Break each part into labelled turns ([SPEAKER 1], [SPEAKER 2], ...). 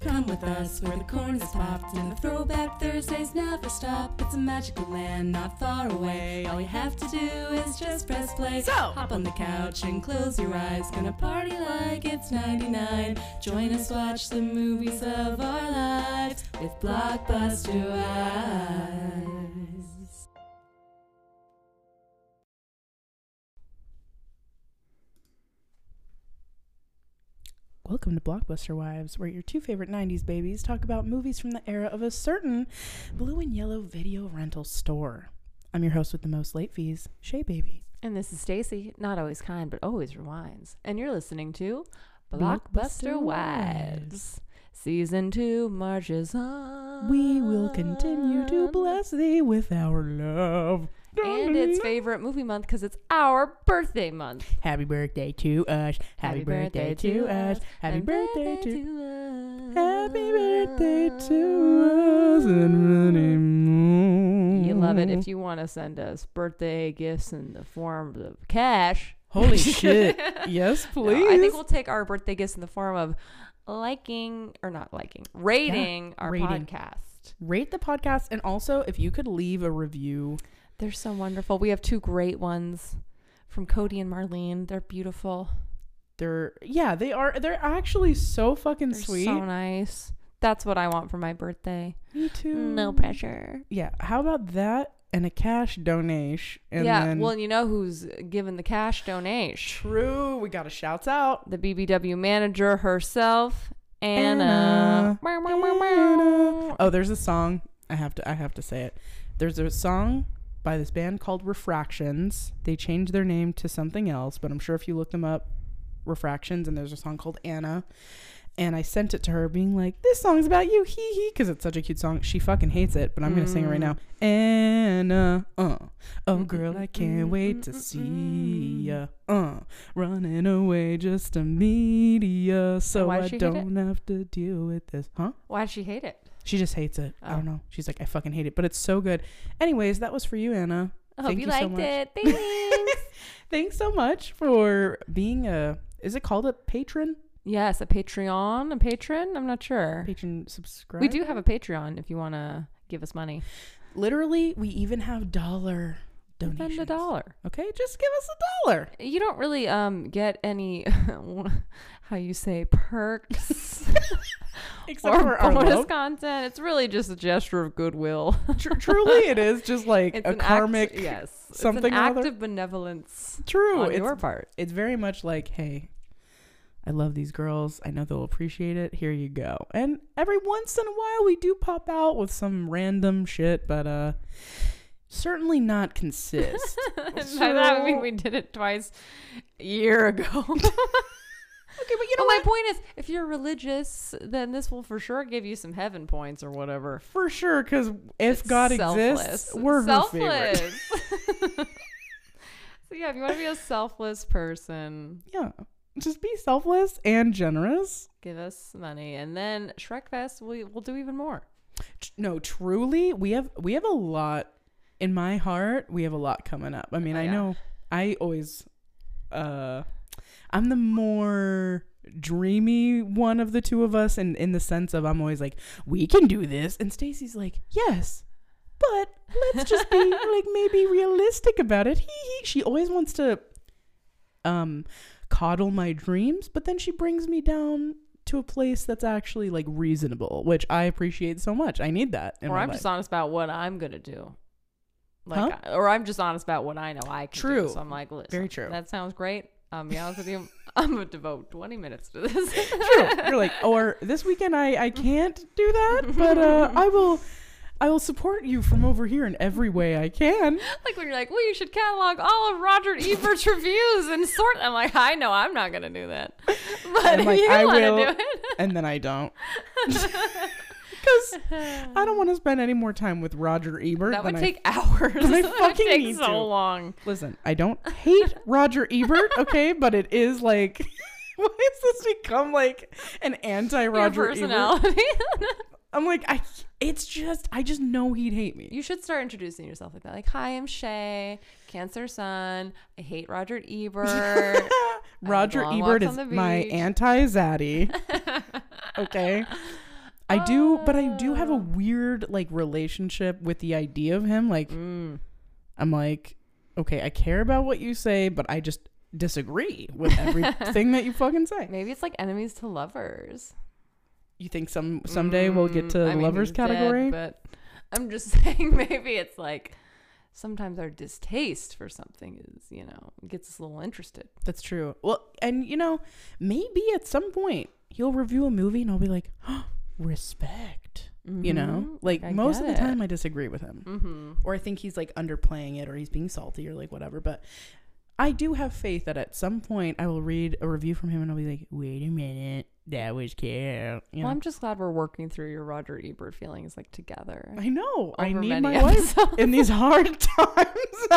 [SPEAKER 1] Come with us where the corn is popped and the throwback Thursdays never stop. It's a magical land not far away. All you have to do is just press play.
[SPEAKER 2] So-
[SPEAKER 1] hop on the couch and close your eyes. Gonna party like it's 99. Join us, watch the movies of our lives with Blockbuster Eyes.
[SPEAKER 3] Welcome to Blockbuster Wives, where your two favorite 90s babies talk about movies from the era of a certain blue and yellow video rental store. I'm your host with the most late fees, Shay Baby.
[SPEAKER 2] And this is Stacy, not always kind, but always rewinds. And you're listening to
[SPEAKER 3] Blockbuster
[SPEAKER 2] Blockbuster Wives. Season two marches on.
[SPEAKER 3] We will continue to bless thee with our love.
[SPEAKER 2] And it's favorite movie month because it's our birthday month.
[SPEAKER 3] Happy birthday to us. Happy, birthday, to us. Happy
[SPEAKER 2] and
[SPEAKER 3] birthday to
[SPEAKER 2] to us.
[SPEAKER 3] Happy birthday to us and many more.
[SPEAKER 2] You love it if you want to send us birthday gifts in the form of cash.
[SPEAKER 3] Holy shit. Yes,
[SPEAKER 2] No,
[SPEAKER 3] please.
[SPEAKER 2] I think we'll take our birthday gifts in the form of liking or not liking, rating our
[SPEAKER 3] rating.
[SPEAKER 2] podcast.
[SPEAKER 3] rate the podcast and also if you could leave a review
[SPEAKER 2] They're so wonderful. We have two great ones from Cody and Marlene. They're beautiful.
[SPEAKER 3] they're yeah they are they're actually so fucking
[SPEAKER 2] They're
[SPEAKER 3] sweet
[SPEAKER 2] so nice. That's what I want for my birthday.
[SPEAKER 3] me too
[SPEAKER 2] No pressure.
[SPEAKER 3] yeah how about that and a cash donation and
[SPEAKER 2] yeah.
[SPEAKER 3] then
[SPEAKER 2] well, you know who's given the cash donation?
[SPEAKER 3] true we got a shout out
[SPEAKER 2] The BBW manager herself, Anna. Meow, meow, meow, meow.
[SPEAKER 3] oh there's a song i have to i have to say it there's a song by this band called refractions they changed their name to something else but i'm sure if you look them up refractions and there's a song called anna and i sent it to her being like this song's about you hee hee because it's such a cute song she fucking hates it but i'm gonna sing it right now anna uh oh girl i can't wait to see ya uh running away just to meet ya so
[SPEAKER 2] why does
[SPEAKER 3] i
[SPEAKER 2] she hate it?
[SPEAKER 3] don't have to deal with this huh
[SPEAKER 2] Why'd she hate it?
[SPEAKER 3] she just hates it. I
[SPEAKER 2] Oh.
[SPEAKER 3] don't know. She's like, I fucking hate it, but it's so good. Anyways, that was for you, Anna.
[SPEAKER 2] I hope
[SPEAKER 3] Thank
[SPEAKER 2] you,
[SPEAKER 3] you so
[SPEAKER 2] liked
[SPEAKER 3] much.
[SPEAKER 2] it. Thanks.
[SPEAKER 3] Thanks so much for being a. Is it called a patron?
[SPEAKER 2] yes, a Patreon, a patron. I'm not sure.
[SPEAKER 3] Patron subscriber.
[SPEAKER 2] We do have a Patreon if you want to give us money.
[SPEAKER 3] Literally, we even have dollar donations. Oh.
[SPEAKER 2] Spend a dollar.
[SPEAKER 3] Okay, just give us a dollar.
[SPEAKER 2] You don't really um get any how you say perks
[SPEAKER 3] Except
[SPEAKER 2] or
[SPEAKER 3] for our
[SPEAKER 2] bonus
[SPEAKER 3] love.
[SPEAKER 2] content. It's really just a gesture of goodwill.
[SPEAKER 3] Tr- truly, it is just like
[SPEAKER 2] It's
[SPEAKER 3] a
[SPEAKER 2] an act-
[SPEAKER 3] karmic.
[SPEAKER 2] yes, It's an
[SPEAKER 3] something or
[SPEAKER 2] act
[SPEAKER 3] other.
[SPEAKER 2] of benevolence
[SPEAKER 3] True.
[SPEAKER 2] on
[SPEAKER 3] it's
[SPEAKER 2] your part.
[SPEAKER 3] it's very much like, hey, I love these girls. I know they'll appreciate it. Here you go. And every once in a while we do pop out with some random shit, but uh certainly not consist.
[SPEAKER 2] By that I mean
[SPEAKER 3] So-
[SPEAKER 2] we did it twice a year ago.
[SPEAKER 3] okay, but you know
[SPEAKER 2] But my
[SPEAKER 3] what?
[SPEAKER 2] point is, if you're religious, then this will for sure give you some heaven points or whatever.
[SPEAKER 3] For sure, because if God exists, we're her favorite.
[SPEAKER 2] so yeah, if you want to be a selfless person,
[SPEAKER 3] Yeah. Just be selfless and generous.
[SPEAKER 2] give us money, and then Shrek Fest, we will do even more.
[SPEAKER 3] Tr- No, truly, we have we have a lot in my heart. We have a lot coming up. I mean,
[SPEAKER 2] Oh,
[SPEAKER 3] I
[SPEAKER 2] yeah.
[SPEAKER 3] know I always uh I'm the more dreamy one of the two of us and in the sense of I'm always like, we can do this and Stacy's like, yes. But let's just be like maybe realistic about it. He, he she always wants to um coddle my dreams, but then she brings me down to a place that's actually like reasonable, which I appreciate so much. I need that. In
[SPEAKER 2] or
[SPEAKER 3] my
[SPEAKER 2] I'm
[SPEAKER 3] life.
[SPEAKER 2] just honest about what I'm gonna do. Like,
[SPEAKER 3] Huh?
[SPEAKER 2] I- or I'm just honest about what I know I can do.
[SPEAKER 3] True.
[SPEAKER 2] So I'm like, listen,
[SPEAKER 3] Very true.
[SPEAKER 2] That sounds great. Um, I'll be honest with you. I'm gonna devote 20 minutes to this.
[SPEAKER 3] True. You're like, or this weekend I I can't do that, but uh, I will. I will support you from over here in every way I can.
[SPEAKER 2] like when you're like, well, you should catalog all of Roger Ebert's reviews and sort. I'm like, I know I'm not gonna do that, but
[SPEAKER 3] I'm
[SPEAKER 2] if
[SPEAKER 3] like,
[SPEAKER 2] you
[SPEAKER 3] I
[SPEAKER 2] want to
[SPEAKER 3] will.
[SPEAKER 2] do it.
[SPEAKER 3] And then I don't. Because I don't want to spend any more time with Roger Ebert.
[SPEAKER 2] That would
[SPEAKER 3] than I-
[SPEAKER 2] take hours.
[SPEAKER 3] then I
[SPEAKER 2] That would
[SPEAKER 3] fucking
[SPEAKER 2] take
[SPEAKER 3] need
[SPEAKER 2] so
[SPEAKER 3] to.
[SPEAKER 2] long.
[SPEAKER 3] Listen, I don't hate Roger Ebert, okay, but it is like, why has this become like an anti-Roger
[SPEAKER 2] Your
[SPEAKER 3] Ebert?
[SPEAKER 2] personality.
[SPEAKER 3] I'm like, I. It's just, I just know he'd hate me.
[SPEAKER 2] you should start introducing yourself like that. Like, hi, I'm Shay, Cancer Sun. I hate Roger Ebert.
[SPEAKER 3] Roger
[SPEAKER 2] long
[SPEAKER 3] Ebert
[SPEAKER 2] walks
[SPEAKER 3] is
[SPEAKER 2] on the
[SPEAKER 3] my
[SPEAKER 2] beach.
[SPEAKER 3] anti-Zaddy. Okay, I do, but I do
[SPEAKER 2] Oh.
[SPEAKER 3] have a weird like relationship with the idea of him. Like,
[SPEAKER 2] Mm.
[SPEAKER 3] I'm like, okay, I care about what you say, but I just disagree with everything that you fucking say.
[SPEAKER 2] Maybe it's like enemies to lovers.
[SPEAKER 3] You think some someday we'll get to
[SPEAKER 2] Mm, I mean,
[SPEAKER 3] lovers
[SPEAKER 2] he's dead,
[SPEAKER 3] category?
[SPEAKER 2] but I'm just saying maybe it's like sometimes our distaste for something is, you know, gets us a little interested.
[SPEAKER 3] That's true. Well, and you know, maybe at some point he'll review a movie and I'll be like, respect. You know, like most of the time I disagree with him,
[SPEAKER 2] Mm-hmm.
[SPEAKER 3] or I think he's like underplaying it, or he's being salty, or like whatever. But I do have faith that at some point I will read a review from him and I'll be like, wait a minute, that was cute. You know?
[SPEAKER 2] Well, I'm just glad we're working through your Roger Ebert feelings like together.
[SPEAKER 3] I know. I
[SPEAKER 2] over
[SPEAKER 3] need
[SPEAKER 2] many
[SPEAKER 3] my wife
[SPEAKER 2] episodes.
[SPEAKER 3] in these hard times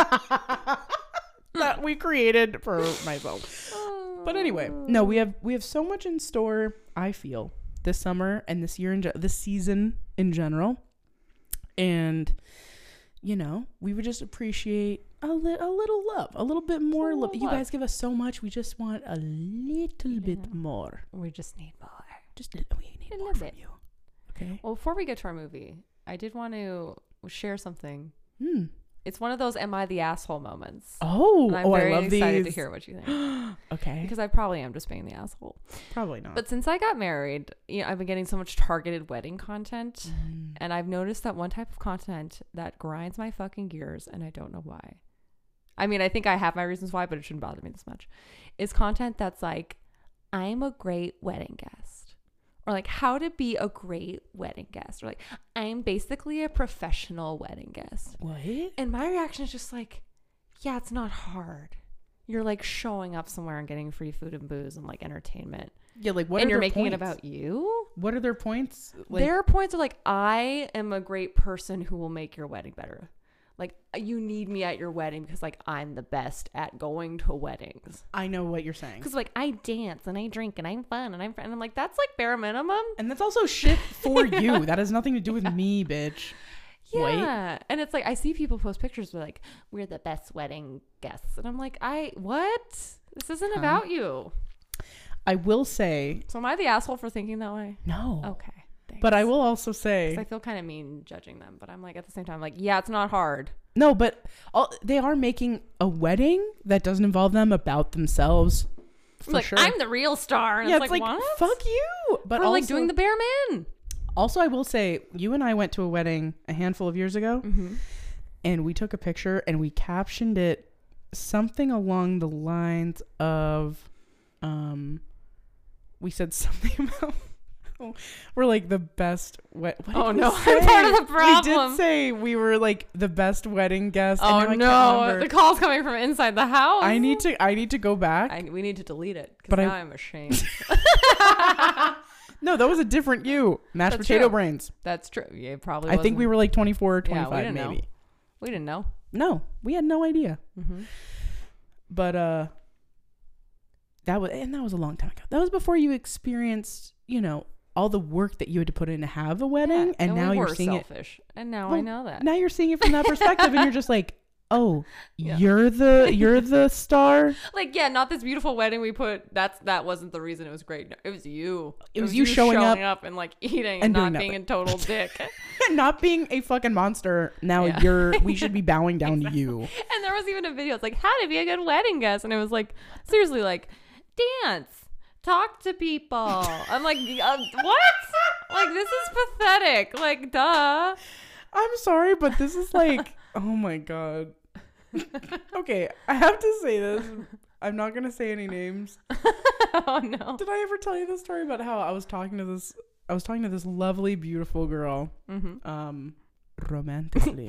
[SPEAKER 3] that we created for myself. But anyway, no, we have we have so much in store. I feel this summer and this year in ge- this season in general, and you know, we would just appreciate a, li- a little love, a little bit more
[SPEAKER 2] little
[SPEAKER 3] love. You
[SPEAKER 2] love.
[SPEAKER 3] guys give us so much. We just want a little
[SPEAKER 2] Yeah.
[SPEAKER 3] bit more.
[SPEAKER 2] we just need more.
[SPEAKER 3] Just a- we need
[SPEAKER 2] A
[SPEAKER 3] more
[SPEAKER 2] little
[SPEAKER 3] from
[SPEAKER 2] bit.
[SPEAKER 3] you. Okay.
[SPEAKER 2] Well, before we get to our movie, I did want to share something.
[SPEAKER 3] Hmm.
[SPEAKER 2] It's one of those "Am I the asshole?" moments.
[SPEAKER 3] Oh,
[SPEAKER 2] and I'm
[SPEAKER 3] oh,
[SPEAKER 2] very
[SPEAKER 3] I love
[SPEAKER 2] excited
[SPEAKER 3] these.
[SPEAKER 2] to hear what you think
[SPEAKER 3] Okay.
[SPEAKER 2] because I probably am just being the asshole.
[SPEAKER 3] Probably not.
[SPEAKER 2] But since I got married, you know, I've been getting so much targeted wedding content, and I've noticed that one type of content that grinds my fucking gears, and I don't know why. I mean, I think I have my reasons why, but it shouldn't bother me this much. Is content that's like, I'm a great wedding guest, or like how to be a great wedding guest, or like I'm basically a professional wedding guest.
[SPEAKER 3] what?
[SPEAKER 2] And my reaction is just like, yeah, it's not hard. You're like showing up somewhere and getting free food and booze and like entertainment
[SPEAKER 3] Yeah, like what
[SPEAKER 2] and
[SPEAKER 3] are
[SPEAKER 2] you're
[SPEAKER 3] their
[SPEAKER 2] making
[SPEAKER 3] points?
[SPEAKER 2] it about you.
[SPEAKER 3] What are their points? Like,
[SPEAKER 2] Their points are like, I am a great person who will make your wedding better. Like, uh, you need me at your wedding because, like, I'm the best at going to weddings.
[SPEAKER 3] I know what you're saying.
[SPEAKER 2] Because, like, I dance and I drink and I'm fun and I'm, and I'm like, that's like bare minimum.
[SPEAKER 3] And that's also shit for you. That has nothing to do with me, bitch. White.
[SPEAKER 2] Yeah. And it's like, I see people post pictures where, like, we're the best wedding guests. And I'm like, I, what? This isn't about you.
[SPEAKER 3] I will say
[SPEAKER 2] So, am I the asshole for thinking that way?
[SPEAKER 3] no.
[SPEAKER 2] Okay. Thanks.
[SPEAKER 3] But I will also
[SPEAKER 2] Oh, 'Cause I
[SPEAKER 3] say
[SPEAKER 2] feel kind of mean judging them. But I'm like, at the same time, like, yeah, it's not hard.
[SPEAKER 3] no, but all, they are making a wedding that doesn't involve them about themselves. For
[SPEAKER 2] like
[SPEAKER 3] sure.
[SPEAKER 2] I'm the real star. And
[SPEAKER 3] yeah,
[SPEAKER 2] it's, like, what?
[SPEAKER 3] fuck you. But
[SPEAKER 2] We're
[SPEAKER 3] also,
[SPEAKER 2] like doing the bare man.
[SPEAKER 3] also, I will say, you and I went to a wedding a handful of years ago, and we took a picture and we captioned it something along the lines of, um, we said something about oh, we're like the best. Wet- what did
[SPEAKER 2] Oh,
[SPEAKER 3] we
[SPEAKER 2] no.
[SPEAKER 3] say?
[SPEAKER 2] I'm part of the
[SPEAKER 3] We
[SPEAKER 2] problem.
[SPEAKER 3] did say we were like the best wedding guest. and now
[SPEAKER 2] Oh
[SPEAKER 3] I can't
[SPEAKER 2] no,
[SPEAKER 3] remember.
[SPEAKER 2] the call's coming from inside the house.
[SPEAKER 3] I need to. I need to go back.
[SPEAKER 2] I, we need to delete it because
[SPEAKER 3] But I-
[SPEAKER 2] now I, am ashamed.
[SPEAKER 3] no, that was a different you. Mashed
[SPEAKER 2] That's
[SPEAKER 3] potato
[SPEAKER 2] true.
[SPEAKER 3] brains.
[SPEAKER 2] That's true. Yeah, it probably.
[SPEAKER 3] I think we were like 24 or
[SPEAKER 2] Yeah, we
[SPEAKER 3] 25,
[SPEAKER 2] didn't know.
[SPEAKER 3] maybe.
[SPEAKER 2] We didn't know.
[SPEAKER 3] No, we had no idea.
[SPEAKER 2] Mhm.
[SPEAKER 3] but uh that was and that was a long time ago that was before you experienced you know all the work that you had to put in to have a wedding
[SPEAKER 2] Yeah,
[SPEAKER 3] and, now
[SPEAKER 2] we
[SPEAKER 3] you're
[SPEAKER 2] were
[SPEAKER 3] seeing
[SPEAKER 2] selfish, and now I
[SPEAKER 3] Well,
[SPEAKER 2] know that.
[SPEAKER 3] it now you're seeing it from that perspective and you're just like oh
[SPEAKER 2] Yeah.
[SPEAKER 3] you're the you're the star
[SPEAKER 2] Like, yeah, not this beautiful wedding we put. That's that wasn't the reason it was great. No, it was you.
[SPEAKER 3] It was you showing up
[SPEAKER 2] and like eating and,
[SPEAKER 3] and doing
[SPEAKER 2] not being a
[SPEAKER 3] nothing.
[SPEAKER 2] total dick.
[SPEAKER 3] not being a fucking monster now
[SPEAKER 2] Yeah.
[SPEAKER 3] you're we should be bowing down to you
[SPEAKER 2] And there was even a video. It's like how to be a good wedding guest, and it was like seriously, like dance, talk to people. I'm like, uh, what? Like this is pathetic. Like, duh.
[SPEAKER 3] i'm sorry but this is like oh my god okay i have to say this i'm not gonna say any names
[SPEAKER 2] Oh no.
[SPEAKER 3] Did I ever tell you the story about how I was talking to this? I was talking to this lovely, beautiful girl,
[SPEAKER 2] hmm
[SPEAKER 3] um, romantically,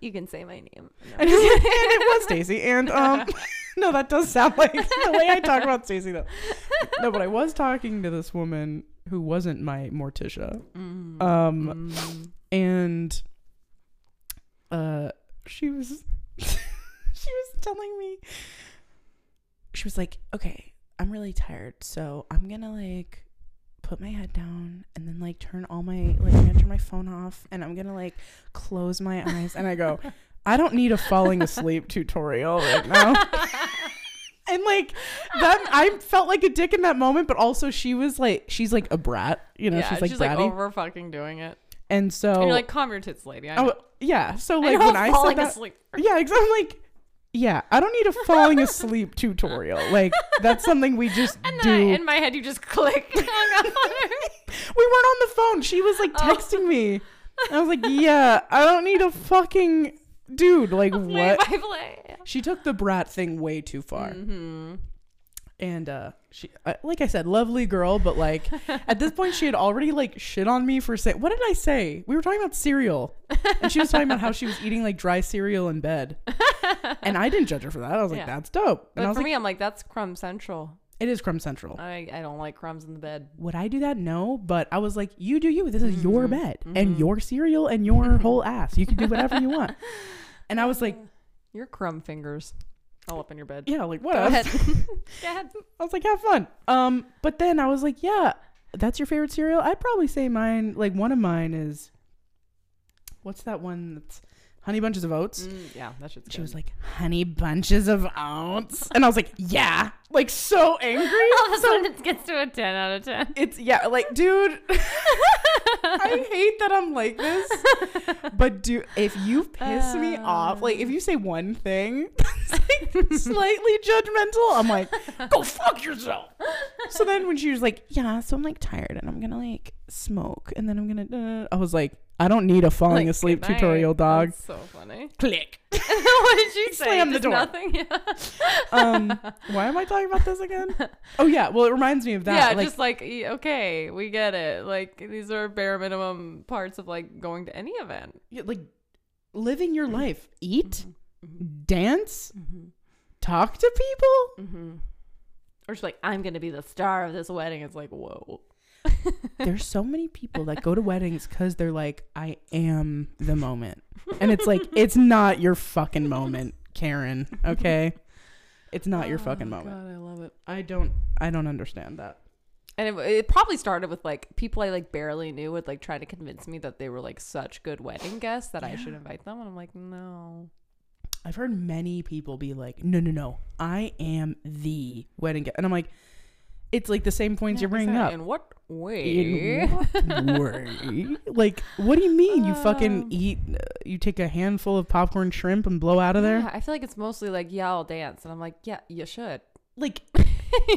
[SPEAKER 2] You can say my name. No.
[SPEAKER 3] and it was, and it was Stacy. And um, no, that does sound like the way I talk about Stacy, though. No, but I was talking to this woman who wasn't my Morticia,
[SPEAKER 2] Mm,
[SPEAKER 3] um,
[SPEAKER 2] mm.
[SPEAKER 3] and uh, she was she was telling me she was like, "Okay, I'm really tired, so I'm gonna like put my head down and then like turn all my like I'm gonna turn my phone off and I'm gonna like close my eyes." And I go, "I don't need a falling asleep tutorial right now." and like that I felt like a dick in that moment, but also she was like she's like a brat, you know,
[SPEAKER 2] yeah,
[SPEAKER 3] she's like
[SPEAKER 2] she's like
[SPEAKER 3] bratty.
[SPEAKER 2] over fucking doing it.
[SPEAKER 3] and so
[SPEAKER 2] And you're like, calm your tits, lady. I know.
[SPEAKER 3] oh yeah, so
[SPEAKER 2] I
[SPEAKER 3] like
[SPEAKER 2] know
[SPEAKER 3] when
[SPEAKER 2] I'm
[SPEAKER 3] I
[SPEAKER 2] falling
[SPEAKER 3] said that
[SPEAKER 2] asleep.
[SPEAKER 3] Yeah, because I'm like yeah, I don't need a falling asleep tutorial. Like that's something we just
[SPEAKER 2] And
[SPEAKER 3] do.
[SPEAKER 2] then I, in my head, you just click. hung up on her.
[SPEAKER 3] we weren't on the phone. She was like
[SPEAKER 2] Oh.
[SPEAKER 3] texting me. I was like, yeah, I don't need a fucking dude. Like
[SPEAKER 2] Play
[SPEAKER 3] what?
[SPEAKER 2] by play.
[SPEAKER 3] She took the brat thing way too far.
[SPEAKER 2] Mhm.
[SPEAKER 3] and uh she I, like i said lovely girl but like at this point she had already like shit on me for saying what did i say we were talking about cereal and she was talking about how she was eating like dry cereal in bed and i didn't judge her for that i was like
[SPEAKER 2] Yeah.
[SPEAKER 3] that's dope and
[SPEAKER 2] But
[SPEAKER 3] i
[SPEAKER 2] for
[SPEAKER 3] was like
[SPEAKER 2] me, I'm like, that's crumb central.
[SPEAKER 3] it is crumb central
[SPEAKER 2] I, I don't like crumbs in the bed.
[SPEAKER 3] would i do that no but i was like you do you this is your
[SPEAKER 2] Mm-hmm.
[SPEAKER 3] bed and your cereal and your whole ass you can do whatever you want and i was like
[SPEAKER 2] Your crumb fingers all up in your bed.
[SPEAKER 3] yeah like what
[SPEAKER 2] Go
[SPEAKER 3] else?
[SPEAKER 2] ahead. Go ahead.
[SPEAKER 3] I was like, have fun. Um, but then I was like, yeah, that's your favorite cereal. I'd probably say mine, like one of mine is, what's that one that's Honey Bunches of Oats?
[SPEAKER 2] Mm, yeah, that shit's good.
[SPEAKER 3] She was like, Honey Bunches of Oats, and I was like, yeah, like so angry.
[SPEAKER 2] all of a sudden it gets to a 10 out of 10.
[SPEAKER 3] It's yeah, like dude. I hate that I'm like this, but do if you piss me off, like
[SPEAKER 2] Um.
[SPEAKER 3] if you say one thing that's, like, slightly judgmental, I'm like, go fuck yourself. So then when she was like, yeah, so I'm like tired and I'm gonna like smoke and then I'm gonna, uh, I was like, I don't need a falling
[SPEAKER 2] Like,
[SPEAKER 3] asleep
[SPEAKER 2] "Good night."
[SPEAKER 3] tutorial, dog.
[SPEAKER 2] That's so funny.
[SPEAKER 3] Click.
[SPEAKER 2] what did she say?
[SPEAKER 3] slammed the
[SPEAKER 2] Just
[SPEAKER 3] door.
[SPEAKER 2] Nothing. Yeah,
[SPEAKER 3] Um, why am I talking about this again? Oh yeah, well it reminds me of that.
[SPEAKER 2] yeah
[SPEAKER 3] like,
[SPEAKER 2] just like e- okay, we get it. Like these are bare minimum parts of like going to any event.
[SPEAKER 3] yeah, like living your life, eat,
[SPEAKER 2] Mm-hmm.
[SPEAKER 3] dance, talk to people.
[SPEAKER 2] Mm-hmm. Or she's like, I'm gonna be the star of this wedding. It's like, whoa.
[SPEAKER 3] there's so many people that go to weddings because they're like, I am the moment. And it's like, it's not your fucking moment, Karen. Okay. It's not your fucking moment.
[SPEAKER 2] Oh God, I love it.
[SPEAKER 3] I don't I don't understand that.
[SPEAKER 2] And it, it probably started with like people I like barely knew would like try to convince me that they were like such good wedding guests that I should invite them, and I'm like, no.
[SPEAKER 3] I've heard many people be like, no, no, no. I am the wedding guest. And I'm like, it's like the same points you're bringing up.
[SPEAKER 2] In what way?
[SPEAKER 3] In what way? like, what do you mean you
[SPEAKER 2] Um.
[SPEAKER 3] fucking eat, uh, you take a handful of popcorn shrimp and blow out of there?
[SPEAKER 2] Yeah, I feel like it's mostly like, yeah, I'll dance. And I'm like, yeah, you should.
[SPEAKER 3] Like,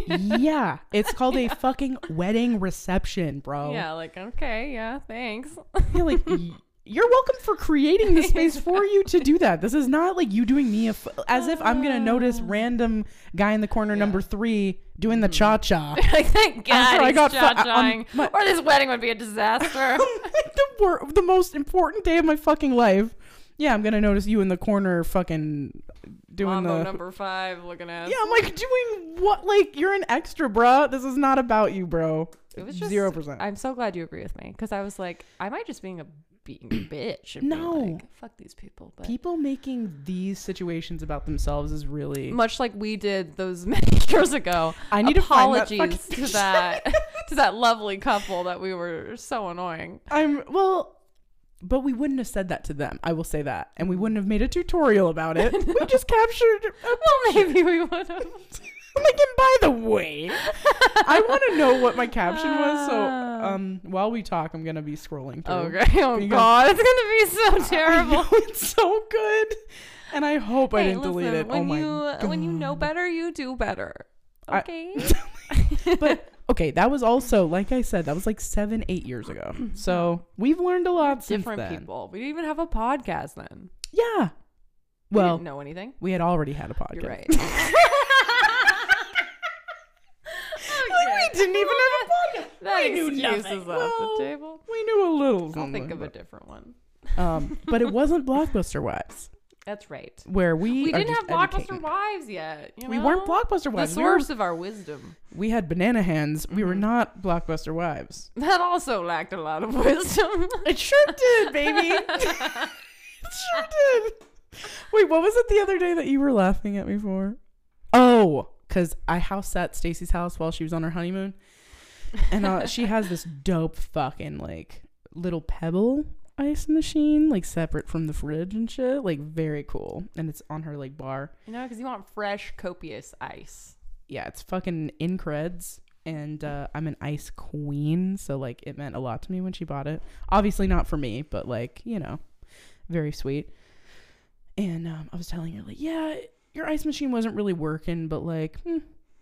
[SPEAKER 3] yeah, it's called a fucking wedding reception, bro.
[SPEAKER 2] Yeah, like, okay, yeah, thanks.
[SPEAKER 3] Yeah, like y- you're welcome for creating this space for you to do that. This is not like you doing me a f- as if I'm gonna notice
[SPEAKER 2] Ah.
[SPEAKER 3] random guy in the corner number three doing the cha cha.
[SPEAKER 2] like, thank God
[SPEAKER 3] sure I
[SPEAKER 2] Mm. he's
[SPEAKER 3] got fu- I- I'm-
[SPEAKER 2] cha-chaing,
[SPEAKER 3] my- um,
[SPEAKER 2] or this wedding would be a disaster.
[SPEAKER 3] the wor- the most important day of my fucking life. Yeah, I'm gonna notice you in the corner, fucking doing
[SPEAKER 2] Mambo
[SPEAKER 3] the.
[SPEAKER 2] number five looking at.
[SPEAKER 3] yeah, I'm like doing what? Like you're an extra, bruh. This is not about you, bro.
[SPEAKER 2] It was just
[SPEAKER 3] zero percent.
[SPEAKER 2] I'm so glad you agree with me because I was like, am I just being a being a bitch? And
[SPEAKER 3] No.
[SPEAKER 2] being like, fuck these people. But
[SPEAKER 3] People making these situations about themselves is really.
[SPEAKER 2] much like we did those many years ago.
[SPEAKER 3] I need to find that
[SPEAKER 2] apologies
[SPEAKER 3] fucking-
[SPEAKER 2] to that to that lovely couple that we were so annoying.
[SPEAKER 3] I'm well, but we wouldn't have said that to them. I will say that, and we wouldn't have made a tutorial about it. We just captured.
[SPEAKER 2] Well, maybe we would have.
[SPEAKER 3] Like, and by the way, I want to know what my caption was. So, um, while we talk, I'm gonna be scrolling through.
[SPEAKER 2] Okay. Ah. Oh
[SPEAKER 3] Because-
[SPEAKER 2] God, it's gonna be so
[SPEAKER 3] I
[SPEAKER 2] terrible.
[SPEAKER 3] know, it's so good, and I hope I
[SPEAKER 2] Hey,
[SPEAKER 3] didn't delete
[SPEAKER 2] listen,
[SPEAKER 3] it.
[SPEAKER 2] When
[SPEAKER 3] oh my
[SPEAKER 2] you
[SPEAKER 3] god!
[SPEAKER 2] when you know better, you do better.
[SPEAKER 3] I-
[SPEAKER 2] Okay.
[SPEAKER 3] but okay, that was also like I said, that was like seven, eight years ago. So we've learned a lot since
[SPEAKER 2] Different
[SPEAKER 3] then.
[SPEAKER 2] people. We didn't even have a podcast then.
[SPEAKER 3] Yeah.
[SPEAKER 2] We
[SPEAKER 3] Well,
[SPEAKER 2] didn't know anything.
[SPEAKER 3] we had already had a podcast.
[SPEAKER 2] You're right.
[SPEAKER 3] Like, we didn't even have a podcast.
[SPEAKER 2] That
[SPEAKER 3] We knew
[SPEAKER 2] excuse
[SPEAKER 3] nothing.
[SPEAKER 2] is off
[SPEAKER 3] Well,
[SPEAKER 2] the table.
[SPEAKER 3] We knew a little.
[SPEAKER 2] I'll think
[SPEAKER 3] something,
[SPEAKER 2] of a
[SPEAKER 3] but-
[SPEAKER 2] different one.
[SPEAKER 3] Um, but it wasn't Blockbuster Wives,
[SPEAKER 2] That's right.
[SPEAKER 3] where we
[SPEAKER 2] We
[SPEAKER 3] are
[SPEAKER 2] didn't have
[SPEAKER 3] just
[SPEAKER 2] blockbuster
[SPEAKER 3] educating.
[SPEAKER 2] wives yet. you
[SPEAKER 3] We
[SPEAKER 2] know?
[SPEAKER 3] weren't Blockbuster
[SPEAKER 2] The
[SPEAKER 3] Wives. We, were,
[SPEAKER 2] source Mm-hmm. of our wisdom.
[SPEAKER 3] we had banana hands. We were not Blockbuster Wives.
[SPEAKER 2] That also lacked a lot of wisdom.
[SPEAKER 3] It sure did, baby. it sure did. Wait, what was it the other day that you were laughing at me for? Oh, because I house sat Stacy's house while she was on her honeymoon, and uh, she has this dope fucking like little pebble ice machine, like separate from the fridge and shit. Like very cool. And it's on her like bar.
[SPEAKER 2] You know, because you want fresh, copious ice.
[SPEAKER 3] Yeah, it's fucking increds. And uh, I'm an ice queen, so like it meant a lot to me when she bought it. Obviously not for me, but like you know, very sweet. And um, I was telling her like, yeah, your ice machine wasn't really working, but like, hmm,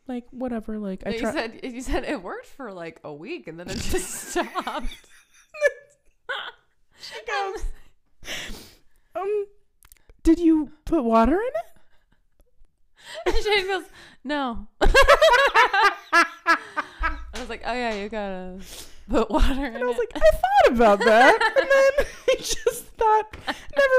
[SPEAKER 3] like whatever. Like I
[SPEAKER 2] you
[SPEAKER 3] tried.
[SPEAKER 2] said you said it worked for like a week and then it just stopped. she goes.
[SPEAKER 3] um, did you put water in it?
[SPEAKER 2] And she goes, no. I was like, oh yeah, you gotta put water in
[SPEAKER 3] And I was
[SPEAKER 2] it.
[SPEAKER 3] like, I thought about that. And then I just thought,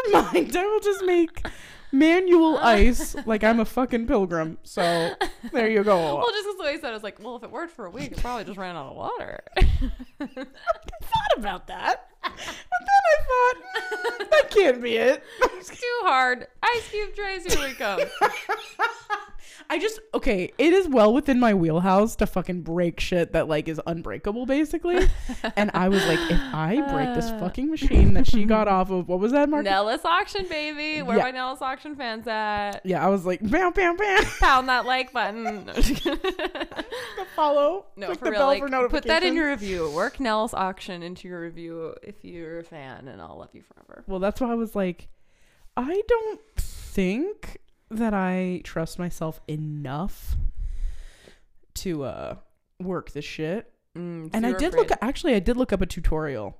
[SPEAKER 3] never mind. I will just make manual ice like I'm a fucking pilgrim. So there you go.
[SPEAKER 2] well, just because the way he said, it, I was like, well, if it worked for a week, it probably just ran out of water.
[SPEAKER 3] I thought about that. But then I thought, "Hmm, that can't be it.
[SPEAKER 2] it's too hard. Ice cube trays, here we come.
[SPEAKER 3] I just, okay, it is well within my wheelhouse to fucking break shit that like is unbreakable basically. And I was like, if I break this
[SPEAKER 2] Uh.
[SPEAKER 3] fucking machine that she got off of, what was that, Mark?
[SPEAKER 2] Nellis auction, baby. Where
[SPEAKER 3] Yeah.
[SPEAKER 2] my Nellis auction fans at?
[SPEAKER 3] Yeah, I was like, bam, bam, bam.
[SPEAKER 2] Pound that like button. No, I'm just kidding.
[SPEAKER 3] follow.
[SPEAKER 2] No,
[SPEAKER 3] click
[SPEAKER 2] for
[SPEAKER 3] the
[SPEAKER 2] real.
[SPEAKER 3] bell
[SPEAKER 2] Like,
[SPEAKER 3] for
[SPEAKER 2] put that in
[SPEAKER 3] notifications.
[SPEAKER 2] your review. Work Nell's auction into your review if you're a fan, and I'll love you forever.
[SPEAKER 3] Well, that's why I was like, I don't think that I trust myself enough to uh work this shit.
[SPEAKER 2] Mm,
[SPEAKER 3] And I did look actually I did look up a tutorial.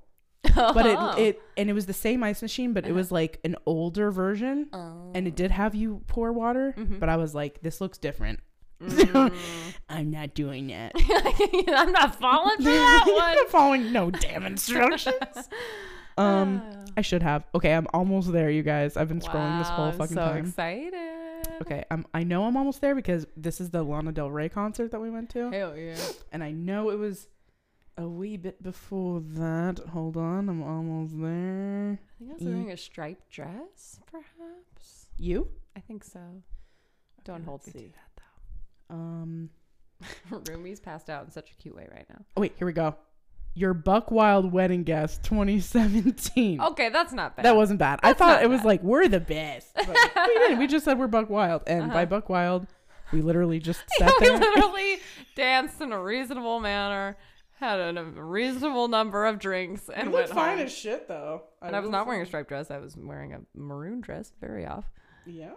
[SPEAKER 3] But
[SPEAKER 2] Uh-huh.
[SPEAKER 3] it it and it was the same ice machine, but it was like an older version.
[SPEAKER 2] Oh.
[SPEAKER 3] And it did have you pour water,
[SPEAKER 2] Mm-hmm.
[SPEAKER 3] but I was like, this looks different. I'm not doing that.
[SPEAKER 2] I'm not falling for that
[SPEAKER 3] I'm following no damn instructions. um, I should have. Okay, I'm almost there, you guys. I've been
[SPEAKER 2] one.
[SPEAKER 3] scrolling this whole
[SPEAKER 2] Wow,
[SPEAKER 3] fucking
[SPEAKER 2] I'm so
[SPEAKER 3] time.
[SPEAKER 2] excited.
[SPEAKER 3] Okay, um, I know I'm almost there because this is the Lana Del Rey concert that we went to,
[SPEAKER 2] Hell yeah.
[SPEAKER 3] and I know it was a wee bit before that. Hold on, I'm almost there.
[SPEAKER 2] I think I was
[SPEAKER 3] Mm.
[SPEAKER 2] wearing a striped dress, perhaps.
[SPEAKER 3] You?
[SPEAKER 2] I think so. Don't hold
[SPEAKER 3] let me
[SPEAKER 2] C.
[SPEAKER 3] Um.
[SPEAKER 2] Roomie's passed out in such a cute way right now.
[SPEAKER 3] Oh wait, here we go. Your Buck Wild Wedding Guest 2017.
[SPEAKER 2] Okay, that's not Oh, bad.
[SPEAKER 3] Mm. That wasn't bad. I thought
[SPEAKER 2] not
[SPEAKER 3] it was
[SPEAKER 2] bad.
[SPEAKER 3] like we're the best. But we didn't. We just said we're Buck Wild, and by Buck Wild, we literally just sat
[SPEAKER 2] Uh-huh. we
[SPEAKER 3] there.
[SPEAKER 2] literally danced in a reasonable manner, had a reasonable number of drinks, and
[SPEAKER 3] It
[SPEAKER 2] went
[SPEAKER 3] looked fine
[SPEAKER 2] home.
[SPEAKER 3] as shit though.
[SPEAKER 2] and I was
[SPEAKER 3] will
[SPEAKER 2] not
[SPEAKER 3] say.
[SPEAKER 2] wearing a striped dress. I was wearing a maroon dress. Very off.
[SPEAKER 3] Yeah.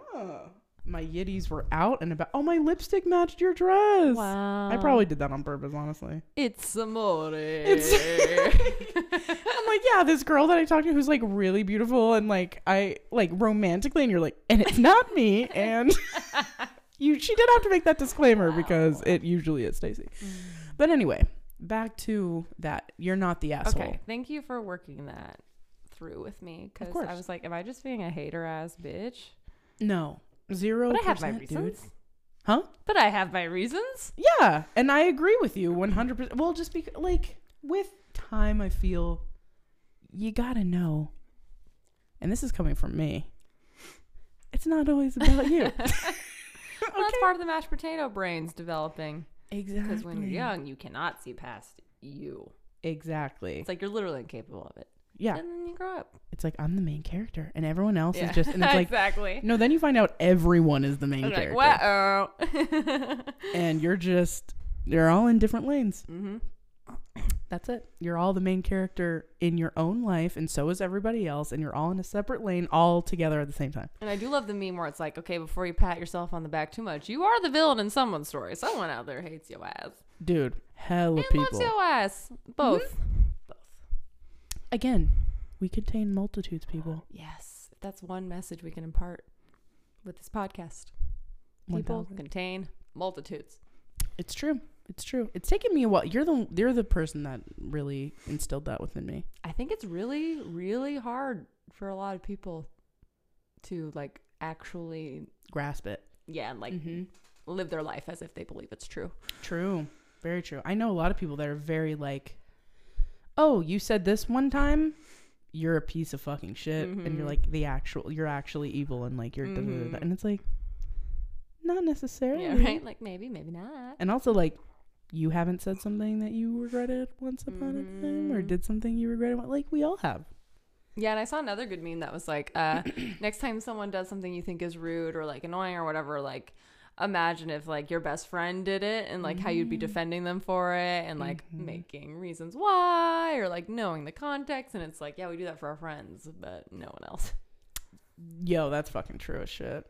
[SPEAKER 3] My yiddies were out and about. Oh, my lipstick matched your dress.
[SPEAKER 2] Wow.
[SPEAKER 3] I probably did that on purpose, honestly.
[SPEAKER 2] It's amore.
[SPEAKER 3] I'm like, yeah, this girl that I talked to who's like really beautiful and like I like romantically, and you're like, and it's not me. And you, she did have to make that disclaimer because it usually is Stacy.
[SPEAKER 2] Mm.
[SPEAKER 3] But anyway, back to that. You're not the asshole.
[SPEAKER 2] okay, thank you for working that through with me because
[SPEAKER 3] course.
[SPEAKER 2] I was like, am I just being a hater ass bitch?
[SPEAKER 3] No, zero.
[SPEAKER 2] But I have my
[SPEAKER 3] percent, dude.
[SPEAKER 2] reasons.
[SPEAKER 3] Huh?
[SPEAKER 2] But I have my reasons.
[SPEAKER 3] Yeah, and I agree with you 100%. Well, just because, like, with time, I feel you gotta know, and this is coming from me, it's not always about you.
[SPEAKER 2] That's part of the mashed potato brains developing
[SPEAKER 3] exactly.
[SPEAKER 2] because when you're young, you cannot see past you.
[SPEAKER 3] Exactly.
[SPEAKER 2] It's like you're literally incapable of it.
[SPEAKER 3] Yeah.
[SPEAKER 2] And then you grow up.
[SPEAKER 3] It's like, I'm the main character, and everyone else is just, and it's like,
[SPEAKER 2] exactly.
[SPEAKER 3] no, then you find out everyone is the main
[SPEAKER 2] I'm like,
[SPEAKER 3] character.
[SPEAKER 2] wow.
[SPEAKER 3] And you're just, you're all in different lanes.
[SPEAKER 2] mm-hmm.
[SPEAKER 3] That's it. You're all the main character in your own life, and so is everybody else, and you're all in a separate lane all together at the same time.
[SPEAKER 2] And I do love the meme where it's like, okay, before you pat yourself on the back too much, you are the villain in someone's story. Someone out there hates your ass.
[SPEAKER 3] Dude, hella
[SPEAKER 2] And
[SPEAKER 3] people.
[SPEAKER 2] loves your ass. Both. Both.
[SPEAKER 3] Again, we contain multitudes, people.
[SPEAKER 2] Yes. That's one message we can impart with this podcast. People
[SPEAKER 3] 1000.
[SPEAKER 2] contain multitudes.
[SPEAKER 3] It's true. It's true. It's taken me a while. You're the you're the person that really instilled that within me.
[SPEAKER 2] I think it's really, really hard for a lot of people to like actually,
[SPEAKER 3] Grasp it.
[SPEAKER 2] yeah, and like
[SPEAKER 3] Mhm.
[SPEAKER 2] live their life as if they believe it's true.
[SPEAKER 3] True. Very true. I know a lot of people that are very like, "Oh, you said this one time, you're a piece of fucking shit," and you're
[SPEAKER 2] Mhm.
[SPEAKER 3] like the actual. You're actually evil, and like you're, da- da- da- da.
[SPEAKER 2] Mhm.
[SPEAKER 3] and it's like, not necessarily.
[SPEAKER 2] Yeah, right? Like maybe, maybe not.
[SPEAKER 3] And also, like, you haven't said something that you regretted once upon a time or
[SPEAKER 2] Mhm.
[SPEAKER 3] did something you regretted. Like, we all have.
[SPEAKER 2] Yeah, and I saw another good meme that was like, uh, next time someone does something you think is rude or like annoying or whatever, like imagine if like your best friend did it and like how you'd
[SPEAKER 3] Mm.
[SPEAKER 2] be defending them for it and like
[SPEAKER 3] Mm-hmm.
[SPEAKER 2] making reasons why or like knowing the context and it's like, yeah, we do that for our friends, but no one else.
[SPEAKER 3] Yo, that's fucking true as shit.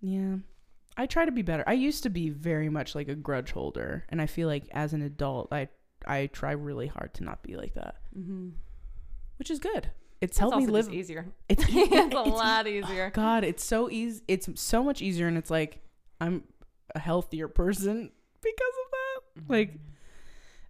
[SPEAKER 3] Yeah. I try to be better. I used to be very much like a grudge holder, and I feel like as an adult, I I try really hard to not be like that,
[SPEAKER 2] Mm-hmm.
[SPEAKER 3] which is good. It's
[SPEAKER 2] It's
[SPEAKER 3] helped me
[SPEAKER 2] also
[SPEAKER 3] live.
[SPEAKER 2] just easier.
[SPEAKER 3] It's, e-
[SPEAKER 2] it's a
[SPEAKER 3] it's-
[SPEAKER 2] lot
[SPEAKER 3] oh,
[SPEAKER 2] easier.
[SPEAKER 3] God, it's so easy. It's so much easier, and it's like I'm a healthier person because of that. Like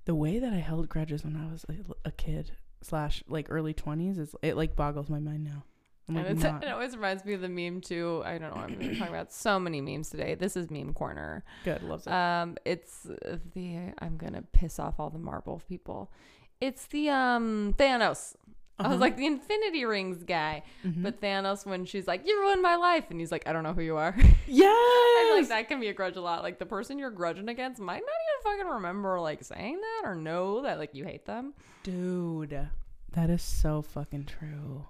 [SPEAKER 3] the way that I held grudges when I was a, a kid slash like early twenties is it like boggles my mind now. I'm like
[SPEAKER 2] and it's,
[SPEAKER 3] not.
[SPEAKER 2] it always reminds me of the meme too. I don't know. I'm gonna be talking about so many memes today. This is meme corner.
[SPEAKER 3] Good, loves it.
[SPEAKER 2] Um, it's the I'm gonna piss off all the Marvel people. It's the um Thanos. I
[SPEAKER 3] Uh-huh.
[SPEAKER 2] was like the Infinity Rings guy,
[SPEAKER 3] Mhm.
[SPEAKER 2] but Thanos when she's like, "You ruined my life," and he's like, "I don't know who you are."
[SPEAKER 3] yes,
[SPEAKER 2] I feel like that can be a grudge a lot. Like the person you're grudging against might not even fucking remember like saying that or know that like you hate them.
[SPEAKER 3] Dude, that is so fucking true.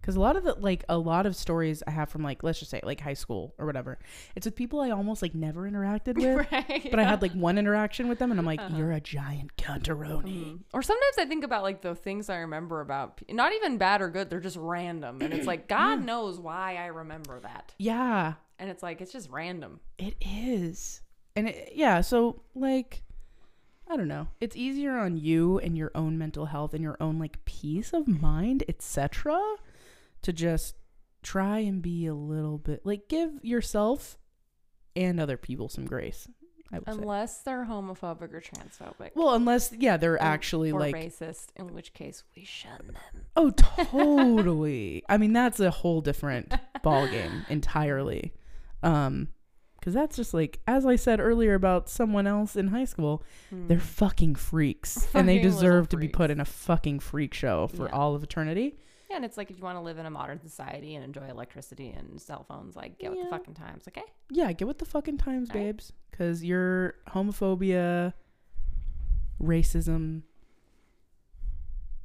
[SPEAKER 3] Cause a lot of the like a lot of stories I have from like let's just say like high school or whatever, it's with people I almost like never interacted with,
[SPEAKER 2] right? Uh-huh.
[SPEAKER 3] but I had like one interaction with them, and I'm like, you're a giant cunteroni.
[SPEAKER 2] Mhm. Or sometimes I think about like the things I remember about, pe- not even bad or good. They're just random, and it's like God knows why I remember that,
[SPEAKER 3] Yeah,
[SPEAKER 2] and it's like it's just random.
[SPEAKER 3] it is, and it, yeah, so like, I don't know, it's easier on you and your own mental health and your own like peace of mind, etc., to just try and be a little bit like give yourself and other people some grace. I would say.
[SPEAKER 2] Unless they're homophobic or transphobic.
[SPEAKER 3] Well, unless yeah, they're actually
[SPEAKER 2] or
[SPEAKER 3] like
[SPEAKER 2] racist, in which case we shun them.
[SPEAKER 3] oh, totally. I mean, that's a whole different ball game entirely. Um cuz that's just like as I said earlier about someone else in high school, they're fucking freaks and they
[SPEAKER 2] Hmm. Fucking little
[SPEAKER 3] deserve to be put
[SPEAKER 2] freaks.
[SPEAKER 3] in a fucking freak show for
[SPEAKER 2] Yeah.
[SPEAKER 3] all of eternity.
[SPEAKER 2] Yeah, and it's like if you want to live in a modern society and enjoy electricity and cell phones, like get with
[SPEAKER 3] Yeah.
[SPEAKER 2] the fucking times, okay?
[SPEAKER 3] Yeah, get with the fucking times,
[SPEAKER 2] All right.
[SPEAKER 3] babes, cuz your homophobia, racism,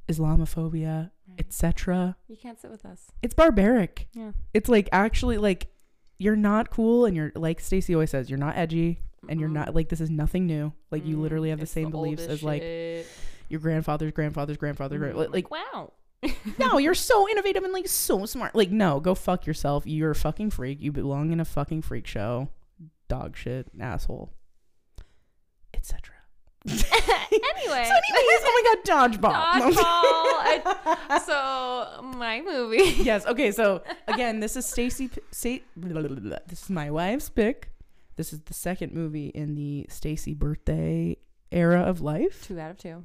[SPEAKER 3] Islamophobia,
[SPEAKER 2] Hmm.
[SPEAKER 3] etc.
[SPEAKER 2] You can't sit with us.
[SPEAKER 3] It's barbaric.
[SPEAKER 2] Yeah.
[SPEAKER 3] it's like actually like you're not cool and you're like Stacey always says you're not edgy and you're
[SPEAKER 2] Mm-mm.
[SPEAKER 3] not like this is nothing new like you literally have the
[SPEAKER 2] Mm-hmm. It's
[SPEAKER 3] same beliefs
[SPEAKER 2] oldest
[SPEAKER 3] as like
[SPEAKER 2] shit.
[SPEAKER 3] your grandfather's grandfather's grandfather's grand
[SPEAKER 2] Mhm.
[SPEAKER 3] like
[SPEAKER 2] wow. Mm-hmm.
[SPEAKER 3] no you're so innovative and like so smart like no go fuck yourself you're a fucking freak you belong in a fucking freak show dog shit asshole etc
[SPEAKER 2] anyway.
[SPEAKER 3] so anyways oh my god dodgeball No, I'm kidding.
[SPEAKER 2] Dodgeball. I- so my movie.
[SPEAKER 3] yes. Okay. So again, this is Stacy. P- Sta- blah, blah, blah, blah. This is my wife's pick. This is the second movie in the Stacy birthday era of life.
[SPEAKER 2] Two out of two.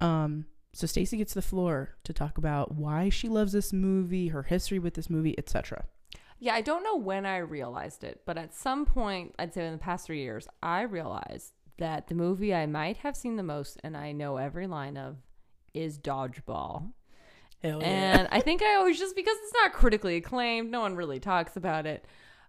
[SPEAKER 3] Um. So Stacy gets the floor to talk about why she loves this movie, her history with this movie, etc.
[SPEAKER 2] Yeah, I don't know when I realized it, but at some point, I'd say in the past three years, I realized that the movie I might have seen the most and I know every line of is Dodgeball.
[SPEAKER 3] Hell
[SPEAKER 2] And I think I always just because it's not critically acclaimed, no one really talks about it.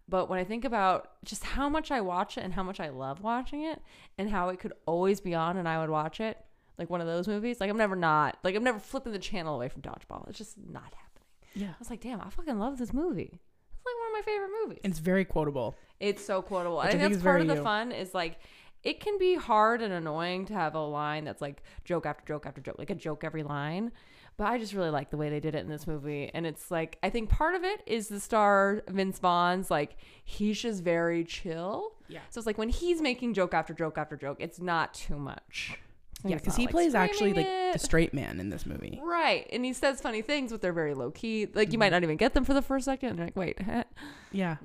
[SPEAKER 2] But when I think about just how much I watch it and how much I love watching it and how it could always be on and I would watch it, like one of those movies, like I'm never not, like I'm never flipping the channel away from Dodgeball. It's just not happening.
[SPEAKER 3] Yeah.
[SPEAKER 2] I was like, damn, I fucking love this movie. It's like one of my favorite movies.
[SPEAKER 3] And it's very quotable.
[SPEAKER 2] It's so quotable.
[SPEAKER 3] Which
[SPEAKER 2] I
[SPEAKER 3] I
[SPEAKER 2] think
[SPEAKER 3] think
[SPEAKER 2] that's
[SPEAKER 3] is
[SPEAKER 2] part
[SPEAKER 3] very
[SPEAKER 2] of the
[SPEAKER 3] you.
[SPEAKER 2] fun is like it can be hard and annoying to have a line that's like joke after joke after joke, like a joke every line. But I just really like the way they did it in this movie. And it's like, I think part of it is the star, Vince Vaughn's, like, he's just very chill.
[SPEAKER 3] Yeah.
[SPEAKER 2] So it's like when he's making joke after joke after joke, it's not too much.
[SPEAKER 3] Yeah,
[SPEAKER 2] He's
[SPEAKER 3] because
[SPEAKER 2] not,
[SPEAKER 3] he
[SPEAKER 2] like,
[SPEAKER 3] plays actually like
[SPEAKER 2] screaming
[SPEAKER 3] the
[SPEAKER 2] it.
[SPEAKER 3] straight man in this movie.
[SPEAKER 2] Right. And he says funny things, but they're very low key. Like, you
[SPEAKER 3] Mm-hmm.
[SPEAKER 2] might not even get them for the first second. They're like, wait, huh?
[SPEAKER 3] Yeah.